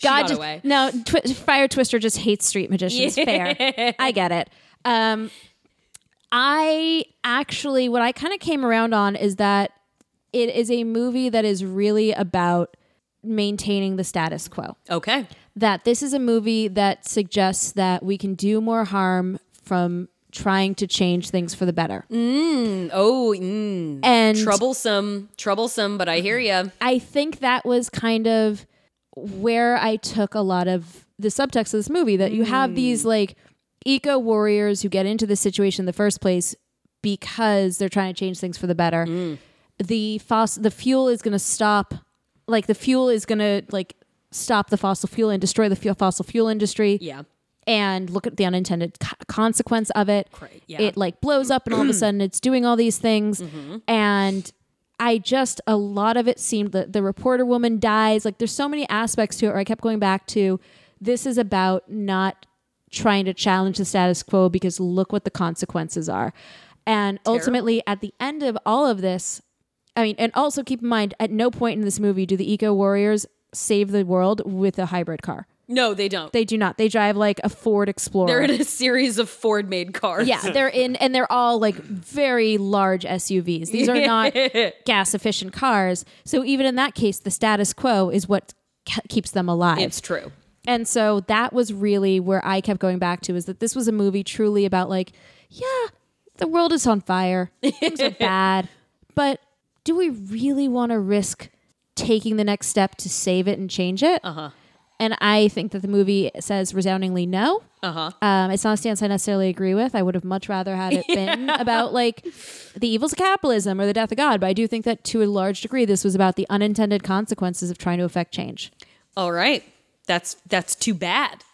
Speaker 2: God
Speaker 1: got
Speaker 2: just
Speaker 1: away.
Speaker 2: no twi- Fire Twister just hates street magicians. Fair, I get it. Um, I actually, what I kind of came around on is that it is a movie that is really about maintaining the status quo
Speaker 1: Okay.
Speaker 2: that this is a movie that suggests that we can do more harm from trying to change things for the better.
Speaker 1: Mm. Oh, mm,
Speaker 2: And
Speaker 1: troublesome, troublesome, but I hear you.
Speaker 2: I think that was kind of where I took a lot of the subtext of this movie that you have these like eco warriors who get into this situation in the first place because they're trying to change things for the better. The fos- the fuel is going to stop like the fuel is going to like stop the fossil fuel and destroy the fuel fossil fuel industry
Speaker 1: Yeah.
Speaker 2: and look at the unintended co- consequence of it.
Speaker 1: Great, yeah.
Speaker 2: It like blows up and all of a sudden it's doing all these things and I just a lot of it seemed that the reporter woman dies. Like there's so many aspects to it where I kept going back to this is about not trying to challenge the status quo because look what the consequences are. And ultimately at the end of all of this, I mean, and also keep in mind at no point in this movie do the eco warriors save the world with a hybrid car.
Speaker 1: No, they don't.
Speaker 2: They do not. They drive like a Ford Explorer.
Speaker 1: They're in a series of Ford made cars.
Speaker 2: Yeah, they're in, and they're all like very large SUVs. These are not gas efficient cars. So even in that case, the status quo is what ke- keeps them alive.
Speaker 1: It's true.
Speaker 2: and so that was really where I kept going back to is that this was a movie truly about like, yeah, the world is on fire, things are bad, but do we really want to risk taking the next step to save it and change it? Uh huh. And I think that the movie says resoundingly no.
Speaker 1: Uh-huh.
Speaker 2: Um, it's not a stance I necessarily agree with. I would have much rather had it been about like the evils of capitalism or the death of God. But I do think that to a large degree, this was about the unintended consequences of trying to affect change.
Speaker 1: All right. That's that's too bad.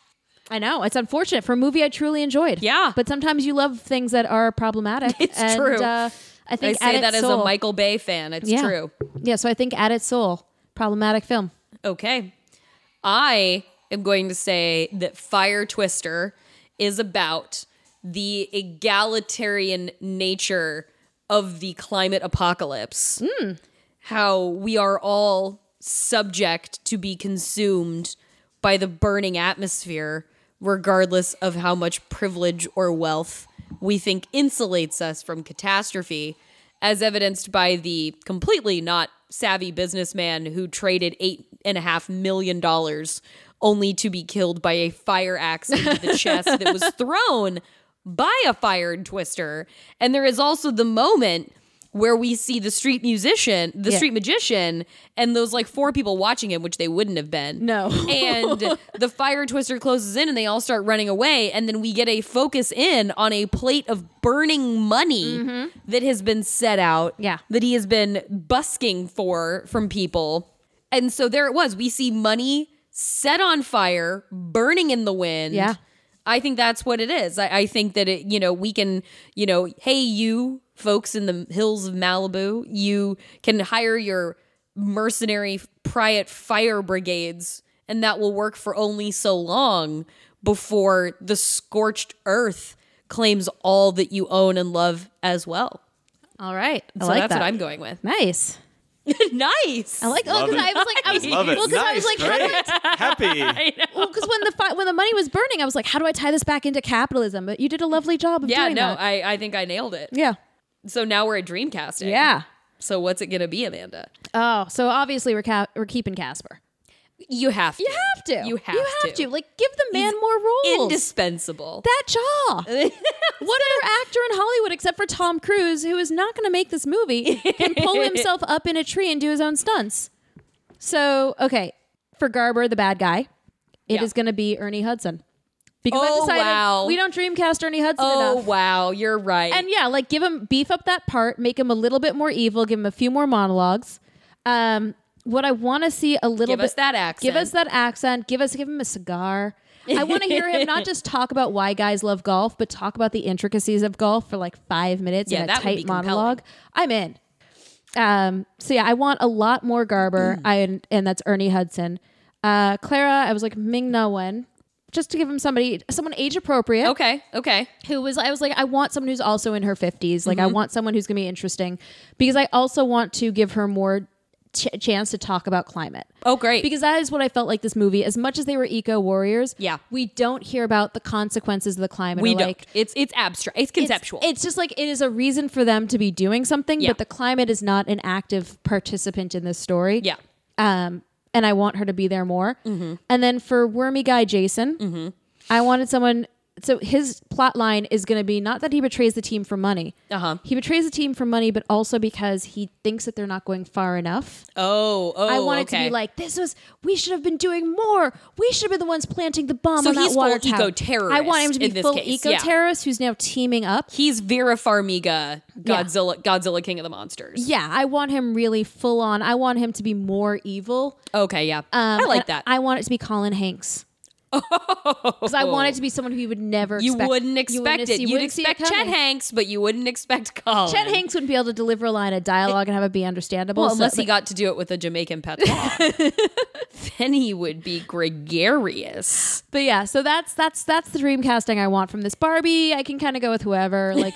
Speaker 2: I know it's unfortunate for a movie I truly enjoyed.
Speaker 1: Yeah.
Speaker 2: but sometimes you love things that are problematic.
Speaker 1: It's
Speaker 2: and,
Speaker 1: true.
Speaker 2: Uh, I
Speaker 1: I
Speaker 2: think at
Speaker 1: say
Speaker 2: its
Speaker 1: that as a
Speaker 2: soul-
Speaker 1: Michael Bay fan. It's
Speaker 2: Yeah.
Speaker 1: true.
Speaker 2: Yeah, so I think at its soul, problematic film.
Speaker 1: Okay. I am going to say that Fire Twister is about the egalitarian nature of the climate apocalypse. How we are all subject to be consumed by the burning atmosphere, regardless of how much privilege or wealth we think insulates us from catastrophe, as evidenced by the completely not savvy businessman who traded eight and a half million dollars only to be killed by a fire axe into the chest that was thrown by a fired twister. And there is also the moment where we see the street musician, the
Speaker 2: Yeah.
Speaker 1: street magician, and those like four people watching him, which they wouldn't have been.
Speaker 2: No.
Speaker 1: and the fire twister closes in and they all start running away. And then we get a focus in on a plate of burning money that has been set out,
Speaker 2: Mm-hmm. Yeah.
Speaker 1: that he has been busking for from people. And so there it was. We see money set on fire, burning in the wind.
Speaker 2: Yeah.
Speaker 1: I think that's what it is. I, I think that it, you know, we can, you know, hey, you folks in the hills of Malibu, you can hire your mercenary private fire brigades, and that will work for only so long before the scorched earth claims all that you own and love as well.
Speaker 2: All right, I
Speaker 1: So
Speaker 2: like
Speaker 1: that's
Speaker 2: that.
Speaker 1: what I'm going with.
Speaker 2: Nice.
Speaker 1: nice.
Speaker 2: I like. Oh,
Speaker 3: Love
Speaker 2: because
Speaker 3: it.
Speaker 2: I was like, I was,
Speaker 3: Love it.
Speaker 2: well, 'cause I was
Speaker 3: nice.
Speaker 2: like, how do I
Speaker 3: great. Happy.
Speaker 2: well, because when the fi- when the money was burning, I was like, how do I tie this back into capitalism? But you did a lovely job of
Speaker 1: Yeah,
Speaker 2: doing
Speaker 1: no,
Speaker 2: that.
Speaker 1: I, I think I nailed it.
Speaker 2: yeah,
Speaker 1: So now we're at Dreamcasting.
Speaker 2: yeah.
Speaker 1: So what's it gonna be, Amanda?
Speaker 2: Oh, so obviously we're ca- we're keeping Casper.
Speaker 1: You have to.
Speaker 2: You have to.
Speaker 1: You have,
Speaker 2: You have to. Like, give the man more roles.
Speaker 1: Indispensable.
Speaker 2: that jaw. what other actor in Hollywood, except for Tom Cruise, who is not going to make this movie, can pull himself up in a tree and do his own stunts? So, okay, for Garber, the bad guy, it
Speaker 1: Yeah.
Speaker 2: going to be Ernie Hudson. Because I
Speaker 1: Oh,
Speaker 2: decided
Speaker 1: wow.
Speaker 2: we don't dreamcast Ernie Hudson
Speaker 1: oh
Speaker 2: enough.
Speaker 1: wow, you're right.
Speaker 2: and yeah, like give him beef up that part, make him a little bit more evil, give him a few more monologues. Um, what I want to see a little
Speaker 1: Give
Speaker 2: bit
Speaker 1: us that accent.
Speaker 2: give us that accent, give us give him a cigar. I want to hear him not just talk about why guys love golf, but talk about the intricacies of golf for like five minutes
Speaker 1: Yeah,
Speaker 2: in a
Speaker 1: that would be
Speaker 2: tight
Speaker 1: compelling.
Speaker 2: monologue. I'm in. Um, so yeah, I want a lot more
Speaker 1: Mm.
Speaker 2: Garber. I and that's Ernie Hudson. Uh, Clara, I was like Ming Na Wen, just to give him somebody, someone age appropriate
Speaker 1: Okay, okay.
Speaker 2: who was I was like, I want someone who's also in her fifties. Like, I
Speaker 1: Mm-hmm.
Speaker 2: want someone who's gonna be interesting because I also want to give her more ch- chance to talk about climate.
Speaker 1: Oh great.
Speaker 2: Because that is what I felt like this movie. As much as they were eco warriors,
Speaker 1: Yeah.
Speaker 2: we don't hear about the consequences of the climate.
Speaker 1: we
Speaker 2: or,
Speaker 1: don't.
Speaker 2: Like,
Speaker 1: it's it's abstract. It's
Speaker 2: it's-
Speaker 1: conceptual.
Speaker 2: It's, just like it is a reason for them to be doing something,
Speaker 1: Yeah.
Speaker 2: but the climate is not an active participant in this story.
Speaker 1: yeah.
Speaker 2: Um, and I want her to be there more.
Speaker 1: Mm-hmm.
Speaker 2: And then for Wormy Guy Jason, I wanted someone. So his plot line is going to be not that he betrays the team for money.
Speaker 1: Uh-huh.
Speaker 2: He betrays the team for money, but also because he thinks that they're not going far enough.
Speaker 1: Oh, oh.
Speaker 2: I wanted
Speaker 1: okay.
Speaker 2: to be like, this was, we should have been doing more. We should have been the ones planting the bomb
Speaker 1: So
Speaker 2: on that
Speaker 1: he's
Speaker 2: water
Speaker 1: full
Speaker 2: tower.
Speaker 1: eco-terrorist
Speaker 2: I want him to be
Speaker 1: in this
Speaker 2: full
Speaker 1: case, yeah.
Speaker 2: eco-terrorist who's now teaming up.
Speaker 1: he's Vera Farmiga, Godzilla Godzilla King of the Monsters.
Speaker 2: Yeah, I want him really full on. I want him to be more evil.
Speaker 1: Okay, yeah. I
Speaker 2: Um,
Speaker 1: like
Speaker 2: and
Speaker 1: that.
Speaker 2: I want it to be Colin Hanks. because I want it to be someone who you would never.
Speaker 1: Oh. You
Speaker 2: expect,
Speaker 1: wouldn't
Speaker 2: you
Speaker 1: expect it.
Speaker 2: see-
Speaker 1: You'd
Speaker 2: wouldn't see
Speaker 1: expect
Speaker 2: it
Speaker 1: Chet
Speaker 2: coming.
Speaker 1: Hanks, but you wouldn't expect Colin.
Speaker 2: Chet Hanks wouldn't be able to deliver a line of dialogue and have it be understandable.
Speaker 1: Well,
Speaker 2: so-
Speaker 1: unless he got to do it with a Jamaican patois, then he would be gregarious.
Speaker 2: But yeah, so that's that's that's the dream casting I want from this Barbie. I can kind of go with whoever. Like,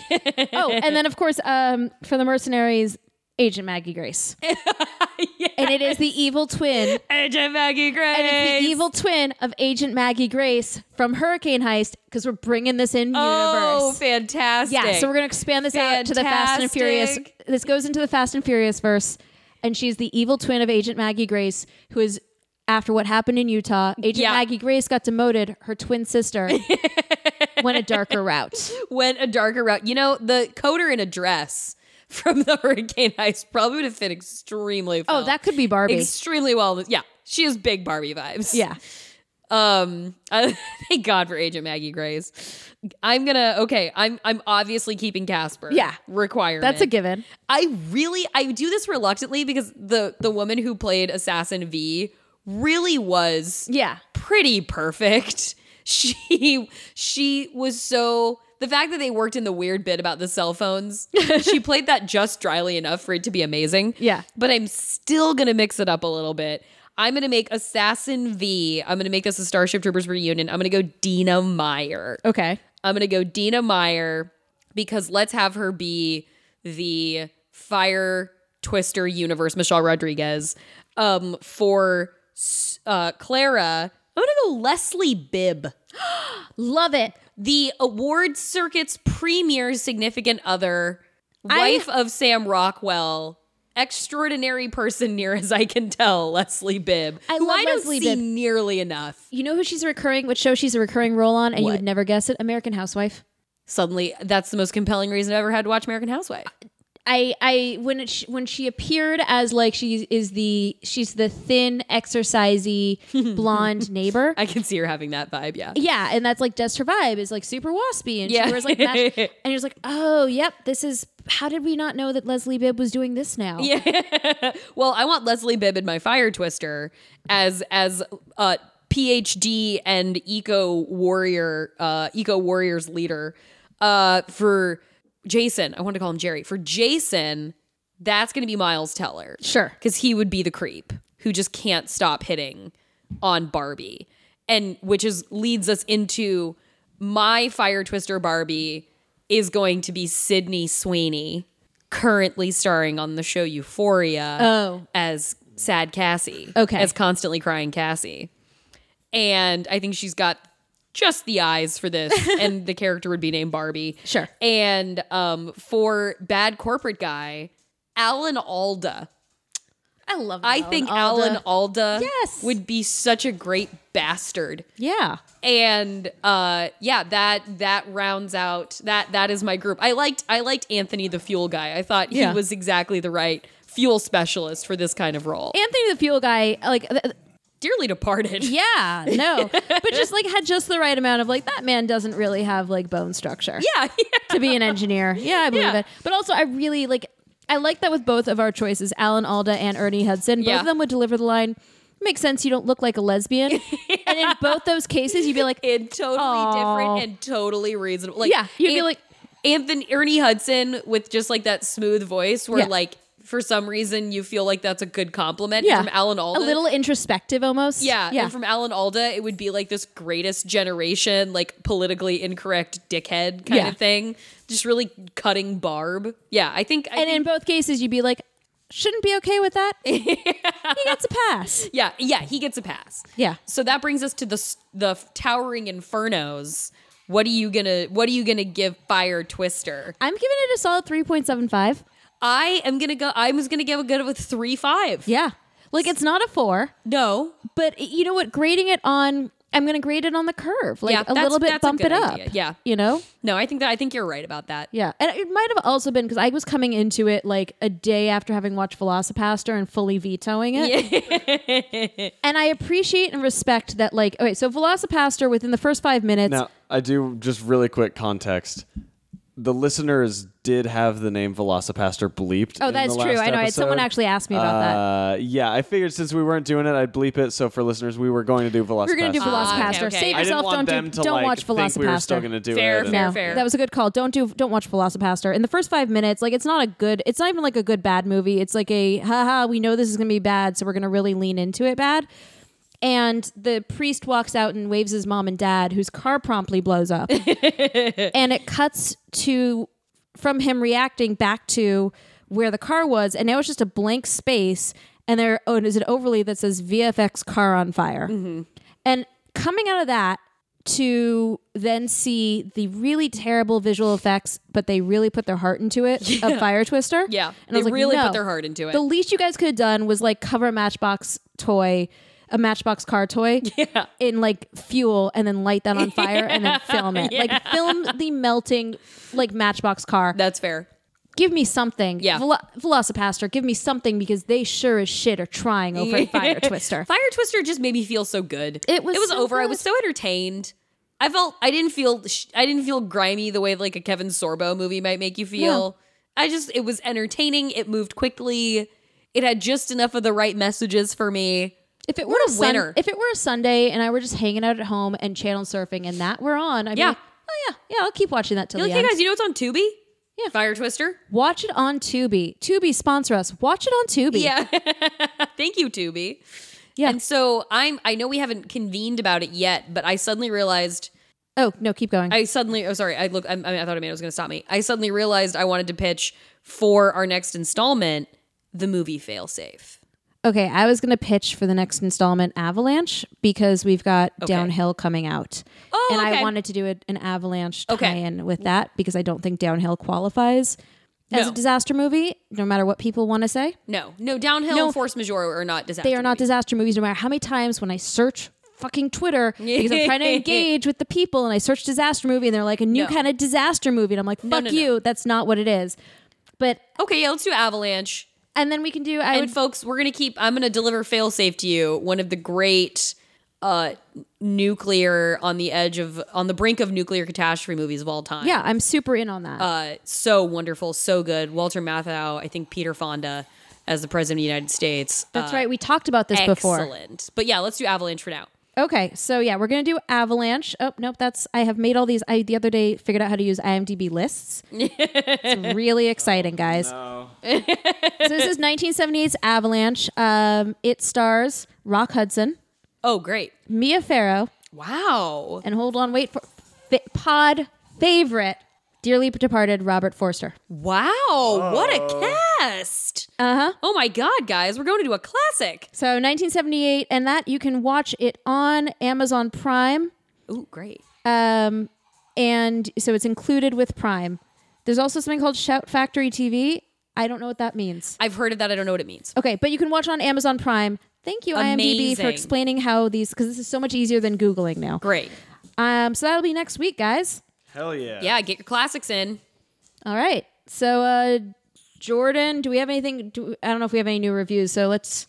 Speaker 2: oh, and then of course, um, for the mercenaries, Agent Maggie Grace, and it is the evil twin,
Speaker 1: Agent Maggie Gray.
Speaker 2: and it's the evil twin of Agent Maggie Grace from Hurricane Heist because we're bringing this in
Speaker 1: Oh,
Speaker 2: universe.
Speaker 1: fantastic!
Speaker 2: Yeah, so we're gonna expand this out to the Fast and Furious.
Speaker 1: Fantastic.
Speaker 2: This goes into the Fast and Furious verse, and she's the evil twin of Agent Maggie Grace, who is after what happened in Utah. Agent
Speaker 1: Yeah.
Speaker 2: Maggie Grace got demoted. Her twin sister went a darker route.
Speaker 1: went a darker route. You know, the coder in a dress from the Hurricane Heist probably would have fit extremely.
Speaker 2: Oh,
Speaker 1: well.
Speaker 2: that could be Barbie.
Speaker 1: extremely well. Yeah, she has big Barbie vibes.
Speaker 2: yeah,
Speaker 1: Um, I, thank God for Agent Maggie Grace. I'm gonna okay. I'm I'm obviously keeping Casper.
Speaker 2: Yeah.
Speaker 1: requirement.
Speaker 2: that's a given.
Speaker 1: I really I do this reluctantly because the the woman who played Assassin V really was
Speaker 2: Yeah,
Speaker 1: pretty perfect. She she was so the fact that they worked in the weird bit about the cell phones. she played that just dryly enough for it to be amazing.
Speaker 2: Yeah.
Speaker 1: But I'm still going to mix it up a little bit. I'm going to make Assassin V. I'm going to make this a Starship Troopers reunion. I'm going to go Dina Meyer.
Speaker 2: okay.
Speaker 1: I'm going to go Dina Meyer because let's have her be the fire twister universe, Michelle Rodriguez. Um, for s- uh, Clara, I'm going to go Leslie Bibb.
Speaker 2: Love it.
Speaker 1: The award circuit's premier significant other,
Speaker 2: I-
Speaker 1: wife of Sam Rockwell, extraordinary person near as I can tell, Leslie Bibb.
Speaker 2: I
Speaker 1: who
Speaker 2: love
Speaker 1: I don't
Speaker 2: Leslie
Speaker 1: see
Speaker 2: Bibb.
Speaker 1: nearly enough.
Speaker 2: You know who she's a recurring? What show she's a recurring role on? And
Speaker 1: What?
Speaker 2: you would never guess it. American Housewife.
Speaker 1: Suddenly, that's the most compelling reason I've ever had to watch American Housewife.
Speaker 2: I I when it, sh- when she appeared as like she is the she's the thin exercisy blonde neighbor.
Speaker 1: I can see her having that vibe, yeah.
Speaker 2: yeah, and that's like just her vibe is like super waspy, and
Speaker 1: Yeah.
Speaker 2: she wears like match- and you're just like, oh, yep, this is. How did we not know that Leslie Bibb was doing this now? Yeah,
Speaker 1: Well, I want Leslie Bibb in my Fire Twister as as uh, PhD and eco warrior, uh, eco warriors leader uh, for Jason. I want to call him Jerry. For Jason, that's going to be Miles Teller
Speaker 2: sure.
Speaker 1: because he would be the creep who just can't stop hitting on Barbie, and which is leads us into my Fire Twister Barbie is going to be Sydney Sweeney, currently starring on the show Euphoria
Speaker 2: Oh.
Speaker 1: as Sad Cassie,
Speaker 2: Okay.
Speaker 1: as constantly crying Cassie, and I think she's got just the eyes for this, and the character would be named Barbie.
Speaker 2: Sure.
Speaker 1: And um, for bad corporate guy, Alan Alda.
Speaker 2: I love.
Speaker 1: I think Alan Alda
Speaker 2: Yes.
Speaker 1: would be such a great bastard.
Speaker 2: Yeah,
Speaker 1: And uh yeah, that that rounds out that that is my group. I liked I liked Anthony the fuel guy. I thought he
Speaker 2: Yeah.
Speaker 1: was exactly the right fuel specialist for this kind of role.
Speaker 2: Anthony the Fuel guy. Like, th- th-
Speaker 1: Dearly departed.
Speaker 2: yeah, no, but just like had just the right amount of like that man doesn't really have like bone structure.
Speaker 1: Yeah.
Speaker 2: to be an engineer. Yeah, I believe
Speaker 1: Yeah.
Speaker 2: it. But also, I really like. I like that with both of our choices, Alan Alda and Ernie Hudson. Both
Speaker 1: Yeah.
Speaker 2: of them would deliver the line. Makes sense. You don't look like a lesbian. And in both those cases, you'd be like,
Speaker 1: And totally
Speaker 2: Aw.
Speaker 1: different and totally reasonable. Like
Speaker 2: Yeah, you'd be
Speaker 1: An-
Speaker 2: like-
Speaker 1: Anthony Ernie Hudson with just like that smooth voice where
Speaker 2: Yeah.
Speaker 1: like for some reason you feel like that's a good compliment
Speaker 2: yeah,
Speaker 1: from Alan Alda.
Speaker 2: a little introspective almost.
Speaker 1: Yeah,
Speaker 2: yeah.
Speaker 1: and from Alan Alda, it would be like this greatest generation, like politically incorrect dickhead kind
Speaker 2: Yeah.
Speaker 1: of thing. Just really cutting barb. Yeah, I think. I
Speaker 2: and in
Speaker 1: think-
Speaker 2: both cases, you'd be like, shouldn't be okay with that. he gets a pass.
Speaker 1: yeah, yeah, he gets a pass.
Speaker 2: Yeah.
Speaker 1: So that brings us to the s- the f- towering infernos. What are you gonna What are you gonna give Fire Twister?
Speaker 2: I'm giving it a solid three point seven five.
Speaker 1: I am gonna go. I was gonna give a good with three five.
Speaker 2: Yeah, like it's not a four.
Speaker 1: No.
Speaker 2: but you know what grading it on i'm gonna grade it on the curve like
Speaker 1: Yeah,
Speaker 2: a
Speaker 1: that's-
Speaker 2: little bit
Speaker 1: that's a
Speaker 2: bump
Speaker 1: good
Speaker 2: it up
Speaker 1: idea. Yeah.
Speaker 2: you know
Speaker 1: No, I think that I think you're right about that.
Speaker 2: yeah and it might have also been because i was coming into it like a day after having watched velocipaster and fully vetoing it and i appreciate and respect that like okay so velocipaster within the first five minutes
Speaker 3: Now, I do just really quick context. the listeners did have the name Velocipaster bleeped.
Speaker 2: Oh,
Speaker 3: in
Speaker 2: that's
Speaker 3: the
Speaker 2: true.
Speaker 3: last
Speaker 2: I know. I had- someone
Speaker 3: episode.
Speaker 2: actually asked me about that.
Speaker 3: Uh, yeah, I figured since we weren't doing it, I'd bleep it. So for listeners, we were going to do Velocipaster.
Speaker 2: We're gonna do
Speaker 1: Ah,
Speaker 2: Velocipaster.
Speaker 1: okay, okay.
Speaker 2: Save
Speaker 3: I didn't
Speaker 2: yourself.
Speaker 3: want
Speaker 2: Don't
Speaker 3: them
Speaker 2: do.
Speaker 3: to
Speaker 2: don't
Speaker 3: like,
Speaker 2: watch
Speaker 3: think
Speaker 2: Velocipaster.
Speaker 3: we were still going to do
Speaker 1: Fair,
Speaker 3: it. and-
Speaker 1: fair.
Speaker 2: No, that was a good call. Don't do. Don't watch Velocipaster. In the first five minutes, like it's not a good. It's not even like a good bad movie. It's like a haha. We know this is gonna be bad, so we're gonna really lean into it bad. And the priest walks out and waves his mom and dad, whose car promptly blows up. and it cuts to from him reacting back to where the car was, and now it's just a blank space. And there, oh, and is it overlay that says VFX car on fire?
Speaker 1: Mm-hmm.
Speaker 2: And coming out of that to then see the really terrible visual effects, but they really put their heart into it of Fire Twister.
Speaker 1: Yeah.
Speaker 2: And I
Speaker 1: They
Speaker 2: was like,
Speaker 1: really put
Speaker 2: "No."
Speaker 1: their heart into it.
Speaker 2: The least you guys could have done was like cover a Matchbox toy, a Matchbox car toy in like fuel and then light that on fire and then film it. Like film the melting like Matchbox car.
Speaker 1: That's fair.
Speaker 2: give me something.
Speaker 1: Yeah.
Speaker 2: Velo- Velocipaster, give me something because they sure as shit are trying over at Fire Twister.
Speaker 1: Fire Twister just made me feel so good.
Speaker 2: It was
Speaker 1: It was
Speaker 2: so
Speaker 1: over. I
Speaker 2: good.
Speaker 1: was so entertained. I felt I didn't feel sh- I didn't feel grimy the way like a Kevin Sorbo movie might make you feel. I just it was entertaining. It moved quickly. It had just enough of the right messages for me.
Speaker 2: If it
Speaker 1: What
Speaker 2: were
Speaker 1: a
Speaker 2: a, sun-
Speaker 1: winner.
Speaker 2: if it were a Sunday and I were just hanging out at home and channel surfing and that were on, I'd
Speaker 1: Yeah.
Speaker 2: be like, oh yeah, yeah, I'll keep watching that till
Speaker 1: You're
Speaker 2: the
Speaker 1: like, hey
Speaker 2: end.
Speaker 1: guys, you know what's on Tubi? Yeah, Fire Twister.
Speaker 2: Watch it on Tubi. Tubi sponsor us. Watch it on Tubi.
Speaker 1: Yeah. Thank you, Tubi.
Speaker 2: Yeah.
Speaker 1: And so I'm I know we haven't convened about it yet, but I suddenly realized
Speaker 2: Oh no, keep going.
Speaker 1: I suddenly, oh sorry, I look. I, I thought Amanda was going to stop me. I suddenly realized I wanted to pitch for our next installment the movie Failsafe.
Speaker 2: okay, I was gonna pitch for the next installment Avalanche because we've got Downhill coming out.
Speaker 1: Oh,
Speaker 2: and
Speaker 1: okay.
Speaker 2: I wanted to do it- an Avalanche
Speaker 1: Okay.
Speaker 2: tie-in with that because I don't think Downhill qualifies as
Speaker 1: No.
Speaker 2: a disaster movie, no matter what people want to say.
Speaker 1: No, no, downhill
Speaker 2: No.
Speaker 1: and force majeure are not disaster.
Speaker 2: they are not
Speaker 1: movies.
Speaker 2: disaster movies no matter how many times when i search fucking twitter because i'm trying to engage with the people and i search disaster movie and they're like a new
Speaker 1: No.
Speaker 2: kind of disaster movie and i'm like fuck
Speaker 1: no, no.
Speaker 2: you that's not what it is but
Speaker 1: okay, yeah, let's do Avalanche.
Speaker 2: and then we can do i
Speaker 1: And
Speaker 2: would
Speaker 1: folks, we're gonna keep. I'm gonna deliver Failsafe to you. One of the great uh nuclear on the edge of on the brink of nuclear catastrophe movies of all time.
Speaker 2: yeah i'm super in on that
Speaker 1: uh, so wonderful, so good. Walter Matthau, I think Peter Fonda as the president of the United States.
Speaker 2: that's
Speaker 1: uh,
Speaker 2: right we talked about this before
Speaker 1: Excellent. But yeah, let's do Avalanche for now.
Speaker 2: okay so yeah we're gonna do avalanche oh nope that's i have made all these i the other day figured out how to use imdb lists it's really exciting guys
Speaker 3: Oh.
Speaker 2: so this is 1978's avalanche um, it stars rock hudson
Speaker 1: Oh, great.
Speaker 2: mia farrow
Speaker 1: Wow.
Speaker 2: and hold on, wait for fa- pod favorite, dearly departed Robert Forster.
Speaker 1: Wow. What a cast.
Speaker 2: Uh huh.
Speaker 1: Oh my God, guys. We're going to do a classic.
Speaker 2: So 1978, and that you can watch it on Amazon Prime,
Speaker 1: Ooh, great.
Speaker 2: um, and so it's included with Prime. There's also something called Shout Factory TV. I don't know what that means.
Speaker 1: I've heard of that. I don't know what it means.
Speaker 2: Okay, but you can watch on Amazon Prime. Thank you, IMDb,
Speaker 1: Amazing.
Speaker 2: for explaining how these because this is so much easier than googling now.
Speaker 1: Great.
Speaker 2: Um, so that'll be next week, guys.
Speaker 3: Hell yeah.
Speaker 1: Yeah, get your classics in.
Speaker 2: All right. So, uh, Jordan, do we have anything? Do, I don't know if we have any new reviews. So let's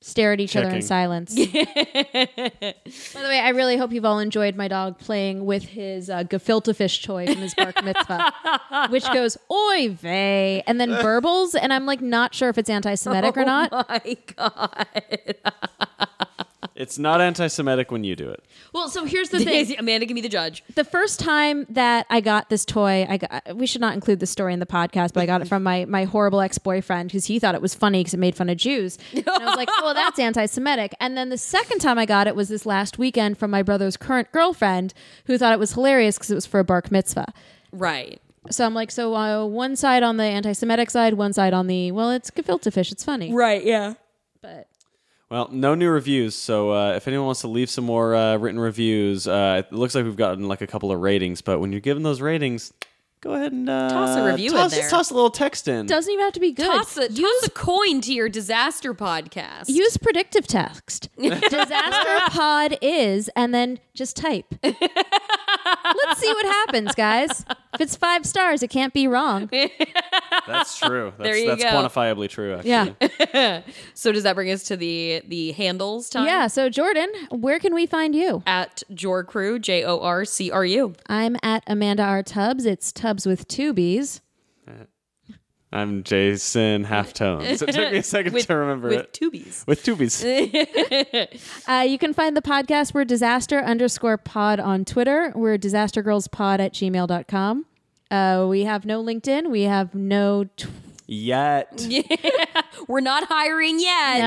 Speaker 2: stare at each other in
Speaker 3: Checking.
Speaker 2: silence. By the way, I really hope you've all enjoyed my dog playing with his uh, gefilte fish toy from his bar mitzvah, which goes oy vey and then burbles, and I'm like not sure if it's anti-Semitic or not.
Speaker 1: Oh My God.
Speaker 3: It's not anti-Semitic when you do it.
Speaker 2: Well, so here's the thing:
Speaker 1: Amanda can be the judge.
Speaker 2: the first time that I got this toy, I got, we should not include this story in the podcast, but I got it from my my horrible ex boyfriend because he thought it was funny because it made fun of Jews. And I was like, well, that's anti Semitic. And then the second time I got it was this last weekend from my brother's current girlfriend who thought it was hilarious because it was for a bar mitzvah.
Speaker 1: Right.
Speaker 2: So I'm like, so uh, one side on the anti Semitic side, one side on the well, it's gefilte fish, it's funny.
Speaker 1: Right. Yeah.
Speaker 2: But
Speaker 3: Well, no new reviews, so uh, if anyone wants to leave some more uh, written reviews, uh, it looks like we've gotten like a couple of ratings. But when you're giving those ratings, go ahead and uh,
Speaker 1: Toss a review in
Speaker 3: toss,
Speaker 1: there.
Speaker 3: Toss a little text in.
Speaker 2: doesn't even have to be good.
Speaker 1: Toss a, toss a coin to your disaster podcast.
Speaker 2: Use predictive text. Disaster pod is, and then just type. Let's Let's see what happens, guys. If it's five stars, it can't be wrong.
Speaker 3: That's true. That's,
Speaker 1: you
Speaker 3: that's
Speaker 1: go.
Speaker 3: quantifiably true, actually.
Speaker 2: Yeah.
Speaker 1: So does that bring us to the the handles time?
Speaker 2: Yeah. So, Jordan, where can we find you?
Speaker 1: At Jor Crew, J O R C R U.
Speaker 2: I'm at Amanda R. Tubbs. It's Tubbs with two B's.
Speaker 3: I'm Jason Halftone. So it took me a second to remember
Speaker 1: with
Speaker 3: it.
Speaker 1: two B's.
Speaker 3: with two Bs.
Speaker 2: Uh, you can find the podcast. We're disaster underscore pod on Twitter. We're disastergirlspod at gmail.com. Uh, we have no LinkedIn. We have no. Tw-
Speaker 3: Yet.
Speaker 1: We're not hiring yet.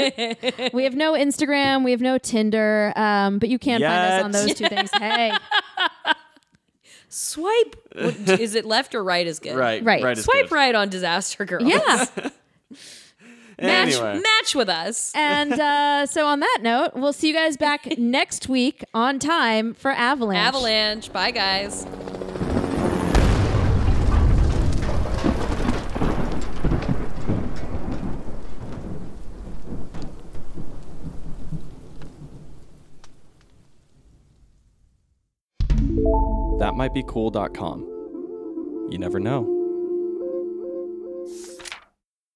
Speaker 3: Yeah.
Speaker 2: we have no Instagram. We have no Tinder. Um, but you can find us
Speaker 3: Yet.
Speaker 2: on those two things. Hey,
Speaker 1: Swipe. What- is it left or right is good?
Speaker 3: Right.
Speaker 2: Right.
Speaker 3: Right. is
Speaker 1: Swipe
Speaker 3: good.
Speaker 1: right on Disaster Girl.
Speaker 2: yeah.
Speaker 1: Match,
Speaker 3: Anyway.
Speaker 1: match with us.
Speaker 2: and uh, so, on that note, we'll see you guys back next week on time for Avalanche.
Speaker 1: Avalanche. Bye, guys.
Speaker 3: That might be cool.com. You never know.